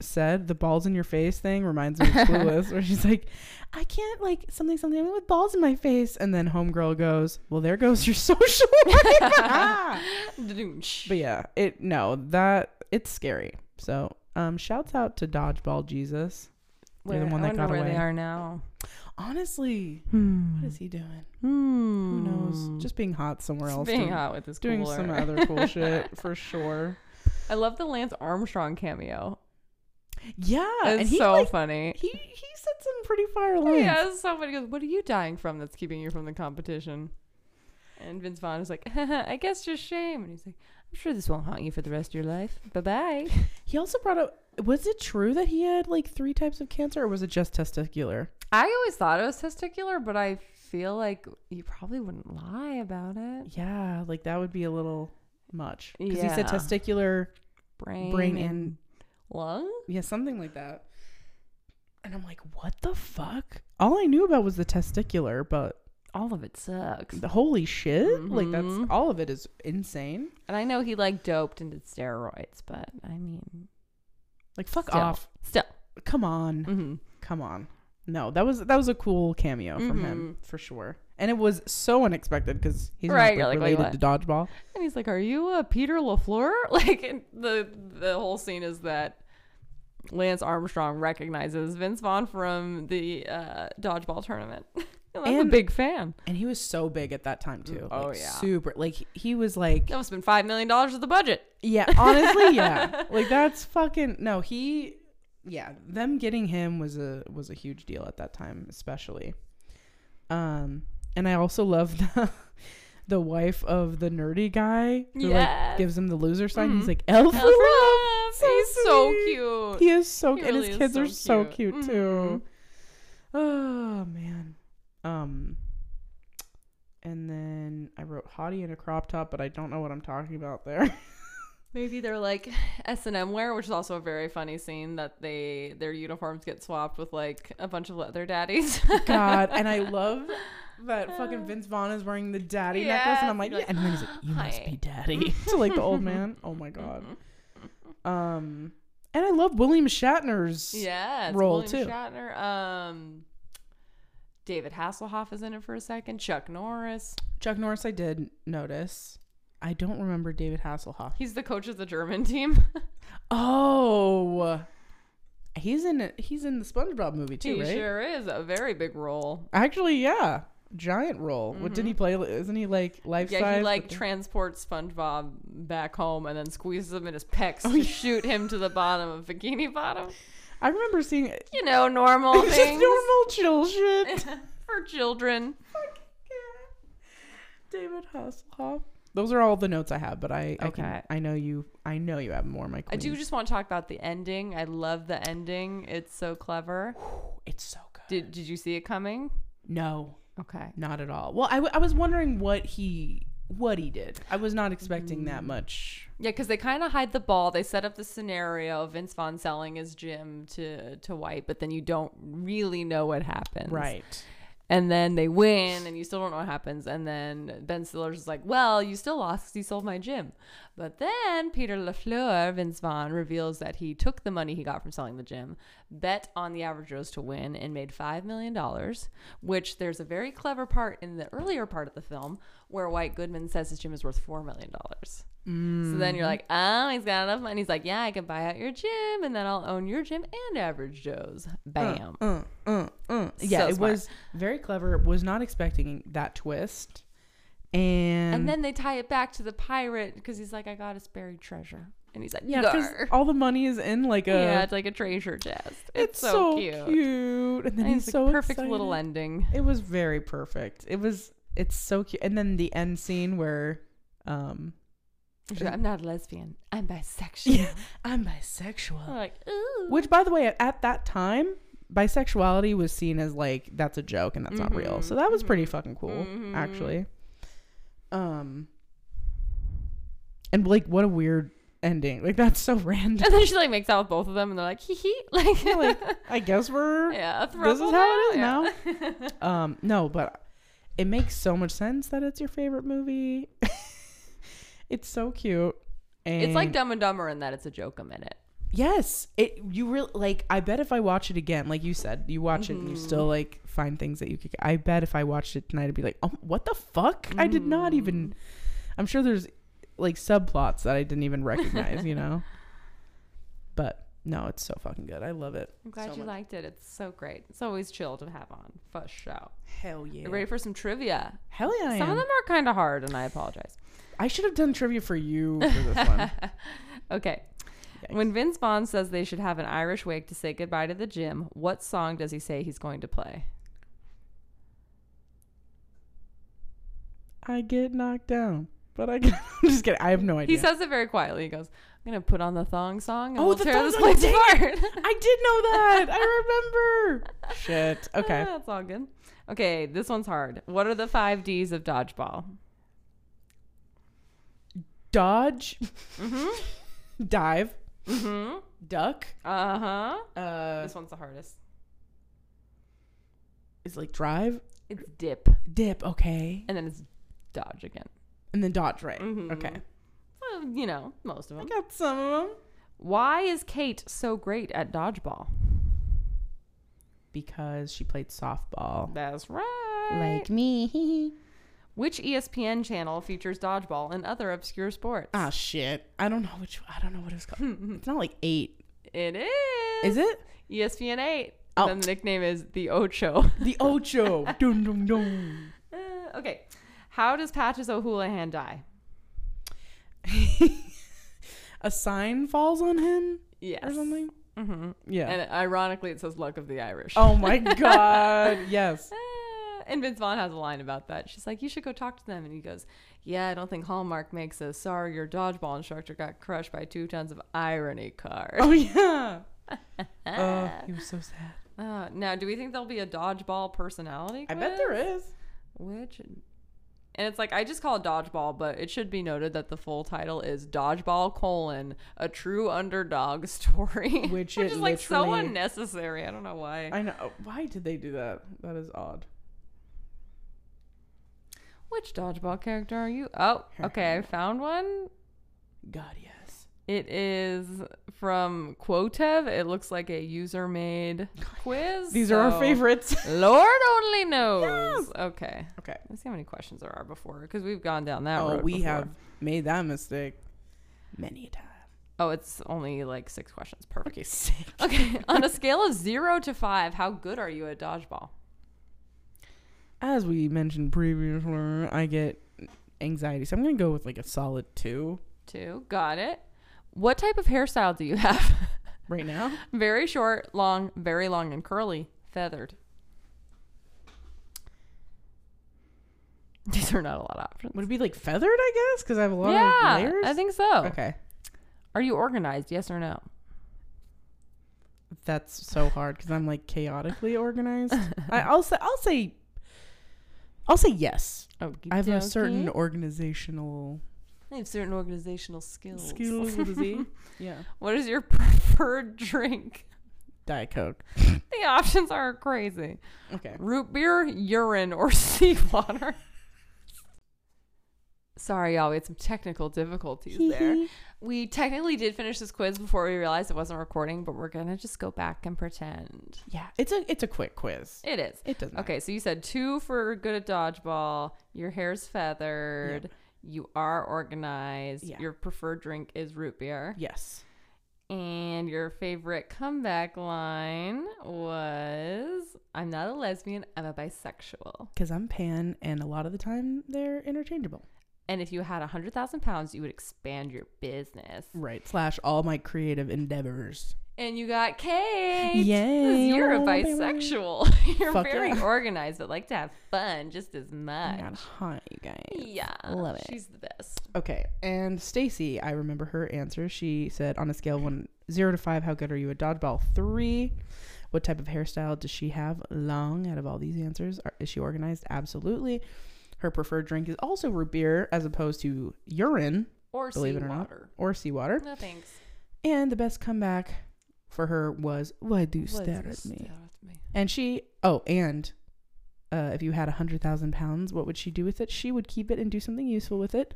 [SPEAKER 3] said, the balls in your face thing, reminds me of Clueless, where she's like, I can't like something something with balls in my face, and then homegirl goes, Well, there goes your social. life."
[SPEAKER 2] Doo-doo-sh.
[SPEAKER 3] but yeah, it no that it's scary. So um, shouts out to Dodgeball Jesus.
[SPEAKER 2] Where,
[SPEAKER 3] the one
[SPEAKER 2] I
[SPEAKER 3] that
[SPEAKER 2] wonder
[SPEAKER 3] got
[SPEAKER 2] where they
[SPEAKER 3] away.
[SPEAKER 2] are now.
[SPEAKER 3] Honestly,
[SPEAKER 2] Hmm.
[SPEAKER 3] what is he doing? Who
[SPEAKER 2] Hmm.
[SPEAKER 3] knows? Just being hot somewhere else.
[SPEAKER 2] being
[SPEAKER 3] doing-
[SPEAKER 2] hot with this
[SPEAKER 3] Doing
[SPEAKER 2] cooler.
[SPEAKER 3] some uh, other cool shit for sure.
[SPEAKER 2] I love the Lance Armstrong cameo.
[SPEAKER 3] Yeah,
[SPEAKER 2] It's
[SPEAKER 3] and he
[SPEAKER 2] so
[SPEAKER 3] like,
[SPEAKER 2] funny.
[SPEAKER 3] he he said some pretty fire lines.
[SPEAKER 2] Yeah, somebody goes, "What are you dying from? That's keeping you from the competition?" And Vince Vaughn is like, "I guess just shame." And he's like, "I'm sure this won't haunt you for the rest of your life. Bye bye."
[SPEAKER 3] He also brought up was it true that he had like three types of cancer or was it just testicular?
[SPEAKER 2] I always thought it was testicular, but I feel like you probably wouldn't lie about it.
[SPEAKER 3] Yeah, like that would be a little much. Because he said
[SPEAKER 2] Yeah.
[SPEAKER 3] testicular,
[SPEAKER 2] Brain,
[SPEAKER 3] brain, and
[SPEAKER 2] lung.
[SPEAKER 3] yeah, something like that. And I'm like, what the fuck? All I knew about was the testicular, but
[SPEAKER 2] All of it sucks.
[SPEAKER 3] the holy shit? Like
[SPEAKER 2] Mhm.
[SPEAKER 3] that's all of it is insane.
[SPEAKER 2] And I know he like doped and did steroids, but I mean,
[SPEAKER 3] Like fuck
[SPEAKER 2] Still.
[SPEAKER 3] off.
[SPEAKER 2] still.
[SPEAKER 3] Come on.
[SPEAKER 2] Mm-hmm.
[SPEAKER 3] Come on. No, that was that was a cool cameo from him for sure. And it was so unexpected because he's
[SPEAKER 2] Right,
[SPEAKER 3] not
[SPEAKER 2] you're
[SPEAKER 3] like,
[SPEAKER 2] like, wait,
[SPEAKER 3] related to dodgeball.
[SPEAKER 2] And he's like, "Are you a Peter Lafleur?" Like and the the whole scene is that Lance Armstrong recognizes Vince Vaughn from the uh, dodgeball tournament. and I'm
[SPEAKER 3] And-
[SPEAKER 2] a big fan.
[SPEAKER 3] And he was so big at that time too.
[SPEAKER 2] oh,
[SPEAKER 3] Like,
[SPEAKER 2] yeah.
[SPEAKER 3] super. Like he- he was like
[SPEAKER 2] That must have been five million dollars of the budget.
[SPEAKER 3] yeah. Honestly, yeah. Like that's fucking no. He yeah. Them getting him was a was a huge deal at that time, especially. Um, and I also love the the wife of the nerdy guy who like
[SPEAKER 2] Yes. Mm-hmm.
[SPEAKER 3] gives him the loser sign. He's like elf.
[SPEAKER 2] Elf Ruff,
[SPEAKER 3] so
[SPEAKER 2] he's so
[SPEAKER 3] sweet.
[SPEAKER 2] cute.
[SPEAKER 3] He is so
[SPEAKER 2] He
[SPEAKER 3] and his
[SPEAKER 2] really is
[SPEAKER 3] kids
[SPEAKER 2] so
[SPEAKER 3] are so
[SPEAKER 2] cute. Mm-hmm.
[SPEAKER 3] cute too. Oh man. Um and then I wrote hottie in a crop top, but I don't know what I'm talking about there.
[SPEAKER 2] Maybe they're like S and M wear, which is also a very funny scene that they their uniforms get swapped with like a bunch of leather daddies.
[SPEAKER 3] God, and I love that fucking Vince Vaughn is wering the daddy necklace, and I'm like,
[SPEAKER 2] Yes,
[SPEAKER 3] yeah. and then he's like, you must
[SPEAKER 2] hi.
[SPEAKER 3] be daddy to like the old man. Oh my god. Um, and I love William Shatner's.
[SPEAKER 2] Mm-hmm. Yeah,
[SPEAKER 3] role,
[SPEAKER 2] William
[SPEAKER 3] too.
[SPEAKER 2] Shatner. Um, David Hasselhoff is in it for a second. Chuck Norris.
[SPEAKER 3] Chuck Norris. I did notice. I don't remember David Hasselhoff.
[SPEAKER 2] He's the coach of the German team.
[SPEAKER 3] Oh, he's in it. He's in the SpongeBob movie too,
[SPEAKER 2] he
[SPEAKER 3] right?
[SPEAKER 2] sure is a very big role.
[SPEAKER 3] Actually, yeah, giant role. What did he play? Isn't he like life size?
[SPEAKER 2] Mm-hmm. Yeah, he like
[SPEAKER 3] But-
[SPEAKER 2] transports SpongeBob back home and then squeezes him in his pecs
[SPEAKER 3] Oh,
[SPEAKER 2] to shoot him to the bottom of Bikini Bottom.
[SPEAKER 3] I remember seeing it.
[SPEAKER 2] You know, normal
[SPEAKER 3] It's just
[SPEAKER 2] things
[SPEAKER 3] normal chill shit.
[SPEAKER 2] for children.
[SPEAKER 3] David Hasselhoff. Those are all the notes I have, but I I, can-
[SPEAKER 2] Okay.
[SPEAKER 3] I know you. I know you have more, my
[SPEAKER 2] I
[SPEAKER 3] queen.
[SPEAKER 2] do just want to talk about the ending. I love the ending. It's so clever.
[SPEAKER 3] It's so good.
[SPEAKER 2] Did Did you see it coming?
[SPEAKER 3] No,
[SPEAKER 2] Okay.
[SPEAKER 3] not at all. Well, I, w- I was wondering what he what he did. I was not expecting
[SPEAKER 2] Mm.
[SPEAKER 3] that much.
[SPEAKER 2] Yeah, because they kind of hide the ball. They set up the scenario of Vince Vaughn selling his gym to to White, but then you don't really know what happens.
[SPEAKER 3] Right.
[SPEAKER 2] And then they win, and you still don't know what happens. And then Ben Stiller's is like, "Well, you still lost because you sold my gym." But then Peter Lafleur, Vince Vaughn, reveals that he took the money he got from selling the gym, bet on the Average Joes to win, and made five million dollars. Which there's a very clever part in the earlier part of the film where White Goodman says his gym is worth four million dollars. So then you're like, oh, he's got enough money. He's like, yeah, I can buy out your gym, and then I'll own your gym and Average Joe's. Bam.
[SPEAKER 3] Uh, uh, uh. Yeah,
[SPEAKER 2] So
[SPEAKER 3] it
[SPEAKER 2] smart.
[SPEAKER 3] was very clever. Was not expecting that twist. And,
[SPEAKER 2] And then they tie it back to the pirate because he's like, I got his buried treasure, and he's like,
[SPEAKER 3] yeah, 'cause
[SPEAKER 2] "Gar."
[SPEAKER 3] all the money is in like a.
[SPEAKER 2] yeah, it's like a treasure chest. It's, so, cute.
[SPEAKER 3] cute. And then
[SPEAKER 2] And it's
[SPEAKER 3] he's
[SPEAKER 2] like
[SPEAKER 3] so
[SPEAKER 2] perfect little
[SPEAKER 3] excited.
[SPEAKER 2] ending.
[SPEAKER 3] It was very perfect. It was. It's so cute. And then the end scene where, um,
[SPEAKER 2] She's like, I'm not a lesbian. I'm bisexual.
[SPEAKER 3] I'm bisexual.
[SPEAKER 2] I'm like, ooh.
[SPEAKER 3] Which, by the way, at that time, bisexuality was seen as like that's a joke and that's not real. So that was pretty fucking cool, actually. Um, and like, what a weird ending! Like that's so random.
[SPEAKER 2] And then she like makes out with both of them, and they're like, hee hee. Like,
[SPEAKER 3] like, I guess we're
[SPEAKER 2] yeah, a
[SPEAKER 3] this
[SPEAKER 2] throuple
[SPEAKER 3] is how it is
[SPEAKER 2] now.
[SPEAKER 3] now. um, no, but it makes so much sense that it's your favorite movie. it's so cute. And
[SPEAKER 2] It's like Dumb and Dumber in that it's a joke a minute.
[SPEAKER 3] Yes, it. You really like. I bet if I watch it again, like you said, you watch it and you still
[SPEAKER 2] Mm-hmm.
[SPEAKER 3] like find things that you could. I bet if I watched it tonight, I'd be like, "Oh, what the fuck? I did not
[SPEAKER 2] Mm.
[SPEAKER 3] even." I'm sure there's like subplots that I didn't even recognize, you know. But no, it's so fucking good. I love it.
[SPEAKER 2] I'm glad
[SPEAKER 3] so
[SPEAKER 2] you
[SPEAKER 3] much.
[SPEAKER 2] liked it. It's so great. It's always chill to have on for sure.
[SPEAKER 3] Hell yeah!
[SPEAKER 2] You ready for some trivia?
[SPEAKER 3] Hell yeah! I,
[SPEAKER 2] Some of
[SPEAKER 3] am.
[SPEAKER 2] them are kind of hard, and I apologize.
[SPEAKER 3] I should have done trivia for you for this one.
[SPEAKER 2] Okay.
[SPEAKER 3] Yikes.
[SPEAKER 2] When Vince Vaughn says they should have an Irish wig to say goodbye to the gym, what song does he say he's going to play?
[SPEAKER 3] I get knocked down, but I. Get, I'm just kidding. I have no idea.
[SPEAKER 2] He says it very quietly. He goes, "I'm gonna put on the thong song and
[SPEAKER 3] Oh,
[SPEAKER 2] we'll
[SPEAKER 3] the
[SPEAKER 2] tear
[SPEAKER 3] thong
[SPEAKER 2] this
[SPEAKER 3] song,
[SPEAKER 2] place
[SPEAKER 3] dang
[SPEAKER 2] apart."
[SPEAKER 3] I did know that. I remember. Shit. Okay.
[SPEAKER 2] That's all good. Okay, this one's hard. What are the five D's of dodgeball?
[SPEAKER 3] dodge, dive,
[SPEAKER 2] Mm-hmm.
[SPEAKER 3] duck.
[SPEAKER 2] Uh huh.
[SPEAKER 3] Uh,
[SPEAKER 2] This one's the hardest.
[SPEAKER 3] it's like drive,
[SPEAKER 2] It's dip,
[SPEAKER 3] dip. Okay,
[SPEAKER 2] and then it's dodge again.
[SPEAKER 3] and then dodge right.
[SPEAKER 2] Mhm.
[SPEAKER 3] Okay,
[SPEAKER 2] Well, you know, most of them.
[SPEAKER 3] got some of them
[SPEAKER 2] Why is Kate so great at dodgeball?
[SPEAKER 3] because she played softball,
[SPEAKER 2] That's right.
[SPEAKER 3] like me.
[SPEAKER 2] Which E ESPN channel features dodgeball and other obscure sports?
[SPEAKER 3] Ah, shit. I don't know which. I don't know what it's called. it's not like eight,
[SPEAKER 2] It is. E
[SPEAKER 3] is it?
[SPEAKER 2] ESPN 8.
[SPEAKER 3] Oh.
[SPEAKER 2] Then the nickname is The Ocho.
[SPEAKER 3] The Ocho. dun dun dun.
[SPEAKER 2] Uh, okay. How does Patches O'Houlihan die?
[SPEAKER 3] A sign falls on him
[SPEAKER 2] Yes.
[SPEAKER 3] or something.
[SPEAKER 2] Mhm.
[SPEAKER 3] Yeah.
[SPEAKER 2] And ironically, it says Luck of the Irish.
[SPEAKER 3] oh my god. Yes.
[SPEAKER 2] Uh, and Vince Vaughn has a line about that. She's like, You should go talk to them. And he goes, Yeah, I don't think Hallmark makes a sorry your dodgeball instructor got crushed by two tons of irony card.
[SPEAKER 3] Oh yeah. Oh, he was so sad.
[SPEAKER 2] Uh, now, do we think there'll be a dodgeball personality?
[SPEAKER 3] I bet
[SPEAKER 2] quiz?
[SPEAKER 3] there is.
[SPEAKER 2] Which, and it's like I just call it dodgeball, but it should be noted that the full title is dodgeball colon a true underdog story,
[SPEAKER 3] Which it
[SPEAKER 2] is like so
[SPEAKER 3] literally-
[SPEAKER 2] unnecessary. I don't know why.
[SPEAKER 3] I know. Oh, Why did they do that? That is odd.
[SPEAKER 2] Which dodgeball character are you? Oh, okay, I found one.
[SPEAKER 3] God, yes.
[SPEAKER 2] It is from Quotev. It looks like a user made quiz.
[SPEAKER 3] These are
[SPEAKER 2] so
[SPEAKER 3] our favorites.
[SPEAKER 2] Lord only knows. Okay.
[SPEAKER 3] Okay.
[SPEAKER 2] Let's see how many questions there are before, because we've gone down that
[SPEAKER 3] Oh,
[SPEAKER 2] road.
[SPEAKER 3] we
[SPEAKER 2] before.
[SPEAKER 3] have made that mistake many a time.
[SPEAKER 2] Oh, it's only like six questions. Perfect.
[SPEAKER 3] Okay, sick.
[SPEAKER 2] Okay, on a scale of zero to five, how good are you at dodgeball?
[SPEAKER 3] As we mentioned previously, I get anxiety, so I'm gonna go with like a solid two
[SPEAKER 2] Two, got it. What type of hairstyle do you have?
[SPEAKER 3] right now.
[SPEAKER 2] very short, long, very long, and curly, feathered. These are not a lot of options.
[SPEAKER 3] Would it be like feathered? I guess because I have a lot
[SPEAKER 2] yeah,
[SPEAKER 3] of layers.
[SPEAKER 2] I think so.
[SPEAKER 3] Okay,
[SPEAKER 2] Are you organized? Yes or no?
[SPEAKER 3] that's so hard because I'm like chaotically organized. I, I'll say, I'll say, I'll say yes.
[SPEAKER 2] Oh,
[SPEAKER 3] I have a certain organizational
[SPEAKER 2] I have certain organizational skills.
[SPEAKER 3] skill with a Z. Yeah,
[SPEAKER 2] What is your preferred drink?
[SPEAKER 3] Diet Coke.
[SPEAKER 2] The options are crazy.
[SPEAKER 3] Okay.
[SPEAKER 2] root beer, urine, or seawater. Sorry, y'all, we had some technical difficulties there. We technically did finish this quiz before we realized it wasn't recording, but we're gonna just go back and pretend
[SPEAKER 3] Yeah, it's a it's a quick quiz.
[SPEAKER 2] it is.
[SPEAKER 3] It doesn't.
[SPEAKER 2] Okay, so you said two for good at dodgeball. Your hair's feathered. You are organized.
[SPEAKER 3] Yeah.
[SPEAKER 2] Your preferred drink is root beer.
[SPEAKER 3] Yes.
[SPEAKER 2] And your favorite comeback line was I'm not a lesbian, I'm a bisexual.
[SPEAKER 3] Because I'm pan, and a lot of the time they're interchangeable.
[SPEAKER 2] And if you had 100,000 pounds, you would expand your business.
[SPEAKER 3] Right. Slash all my creative endeavors.
[SPEAKER 2] And you got Kate. 'cause
[SPEAKER 3] Yay.
[SPEAKER 2] You're a
[SPEAKER 3] Oh, baby.
[SPEAKER 2] bisexual. You're
[SPEAKER 3] Fuck
[SPEAKER 2] very
[SPEAKER 3] yeah.
[SPEAKER 2] organized, but like to have fun just as
[SPEAKER 3] I
[SPEAKER 2] much.
[SPEAKER 3] got hot, you guys.
[SPEAKER 2] Yeah.
[SPEAKER 3] Love it.
[SPEAKER 2] She's the best.
[SPEAKER 3] Okay. And Stacy, I remember her answer. She said on a scale of one zero to five, how good are you at dodgeball? Three. What type of hairstyle does she have? Long. Out of all these answers, are, is she organized? Absolutely. Her preferred drink is also root beer as opposed to urine
[SPEAKER 2] Or
[SPEAKER 3] Believe it or not.
[SPEAKER 2] seawater.
[SPEAKER 3] or seawater.
[SPEAKER 2] No thanks.
[SPEAKER 3] And the best comeback for her was, Why do you stare at me? And she, oh, and uh, if you had a 100,000 pounds, what would she do with it? She would keep it and do something useful with it.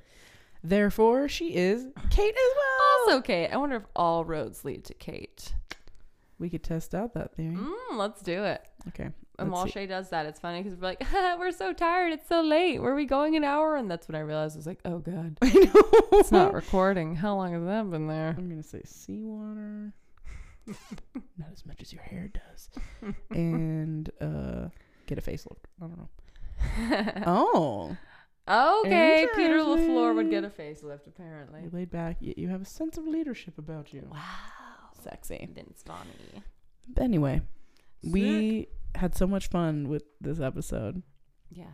[SPEAKER 3] Therefore, she is Kate as well.
[SPEAKER 2] Also, Kate. I wonder if all roads lead to Kate.
[SPEAKER 3] we could test out that theory.
[SPEAKER 2] Mm, let's do it.
[SPEAKER 3] Okay.
[SPEAKER 2] And
[SPEAKER 3] let's
[SPEAKER 2] while
[SPEAKER 3] see.
[SPEAKER 2] Shay does that, it's funny because we're like, we're so tired. It's so late. Were we going an hour? And that's when I realized I was like, oh god,
[SPEAKER 3] I know.
[SPEAKER 2] it's not recording. How long has that been there?
[SPEAKER 3] I'm going to say seawater. not as much as your hair does. and uh, get a facelift. I don't know. Oh.
[SPEAKER 2] okay, Peter Lafleur would get a facelift
[SPEAKER 3] You're
[SPEAKER 2] apparently.
[SPEAKER 3] laid back. You, you have a sense of leadership about you.
[SPEAKER 2] Wow,
[SPEAKER 3] Sexy.
[SPEAKER 2] Vince Bonnie.
[SPEAKER 3] But anyway, we had so much fun with this episode.
[SPEAKER 2] yes,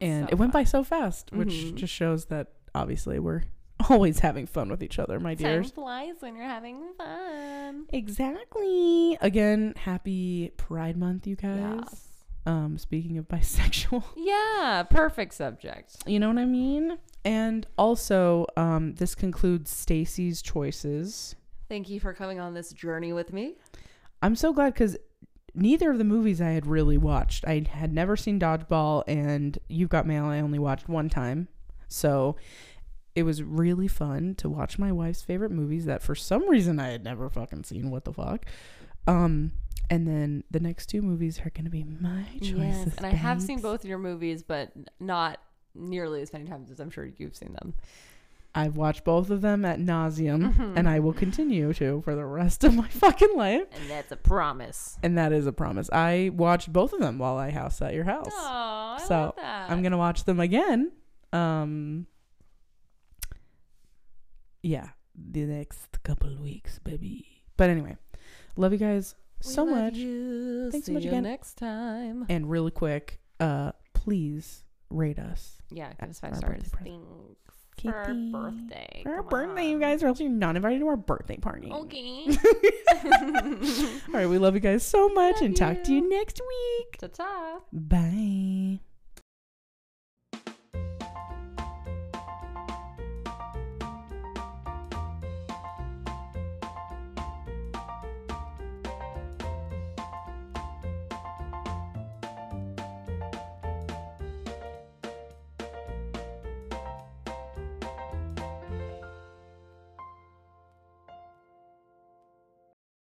[SPEAKER 3] And
[SPEAKER 2] So
[SPEAKER 3] it went by so fast, which
[SPEAKER 2] Mhm.
[SPEAKER 3] just shows that obviously we're always having fun with each other, my
[SPEAKER 2] time
[SPEAKER 3] dears.
[SPEAKER 2] flies when you're having fun.
[SPEAKER 3] Exactly. Again, happy Pride Month, you guys.
[SPEAKER 2] Yes.
[SPEAKER 3] Um, speaking of bisexual,
[SPEAKER 2] Yeah, perfect subject.
[SPEAKER 3] you know what I mean? And also, um, this concludes Stacy's choices.
[SPEAKER 2] Thank you for coming on this journey with me.
[SPEAKER 3] I'm so glad because neither of the movies I had really watched. I had never seen Dodgeball and You've Got Mail. I only watched one time, so it was really fun to watch my wife's favorite movies that for some reason I had never fucking seen. What the fuck? Um, and then the next two movies are gonna be my choices.
[SPEAKER 2] Yes, and I have seen
[SPEAKER 3] babes.
[SPEAKER 2] both of your movies, but not nearly as many times as I'm sure you've seen them.
[SPEAKER 3] I've watched both of them at nauseum,
[SPEAKER 2] Mm-hmm.
[SPEAKER 3] and I will continue to for the rest of my fucking life.
[SPEAKER 2] And that's a promise.
[SPEAKER 3] And that is a promise. I watched both of them while I house at your house.
[SPEAKER 2] Oh, I
[SPEAKER 3] So,
[SPEAKER 2] love that.
[SPEAKER 3] I'm gonna watch them again. Um, yeah, the next couple weeks, baby. But anyway, love you guys
[SPEAKER 2] We
[SPEAKER 3] so
[SPEAKER 2] love
[SPEAKER 3] much.
[SPEAKER 2] you.
[SPEAKER 3] Thanks so
[SPEAKER 2] See
[SPEAKER 3] much
[SPEAKER 2] you
[SPEAKER 3] again.
[SPEAKER 2] Next time.
[SPEAKER 3] And really quick, uh, please rate us.
[SPEAKER 2] Yeah, give us five
[SPEAKER 3] For our birthday
[SPEAKER 2] stars. Thanks for our
[SPEAKER 3] Kitty.
[SPEAKER 2] birthday.
[SPEAKER 3] For our
[SPEAKER 2] Come
[SPEAKER 3] birthday, you
[SPEAKER 2] on.
[SPEAKER 3] guys are also not invited to our birthday party.
[SPEAKER 2] Okay.
[SPEAKER 3] All right, we love you guys so much
[SPEAKER 2] Love
[SPEAKER 3] and talk to
[SPEAKER 2] you.
[SPEAKER 3] you next week.
[SPEAKER 2] Ta ta.
[SPEAKER 3] Bye.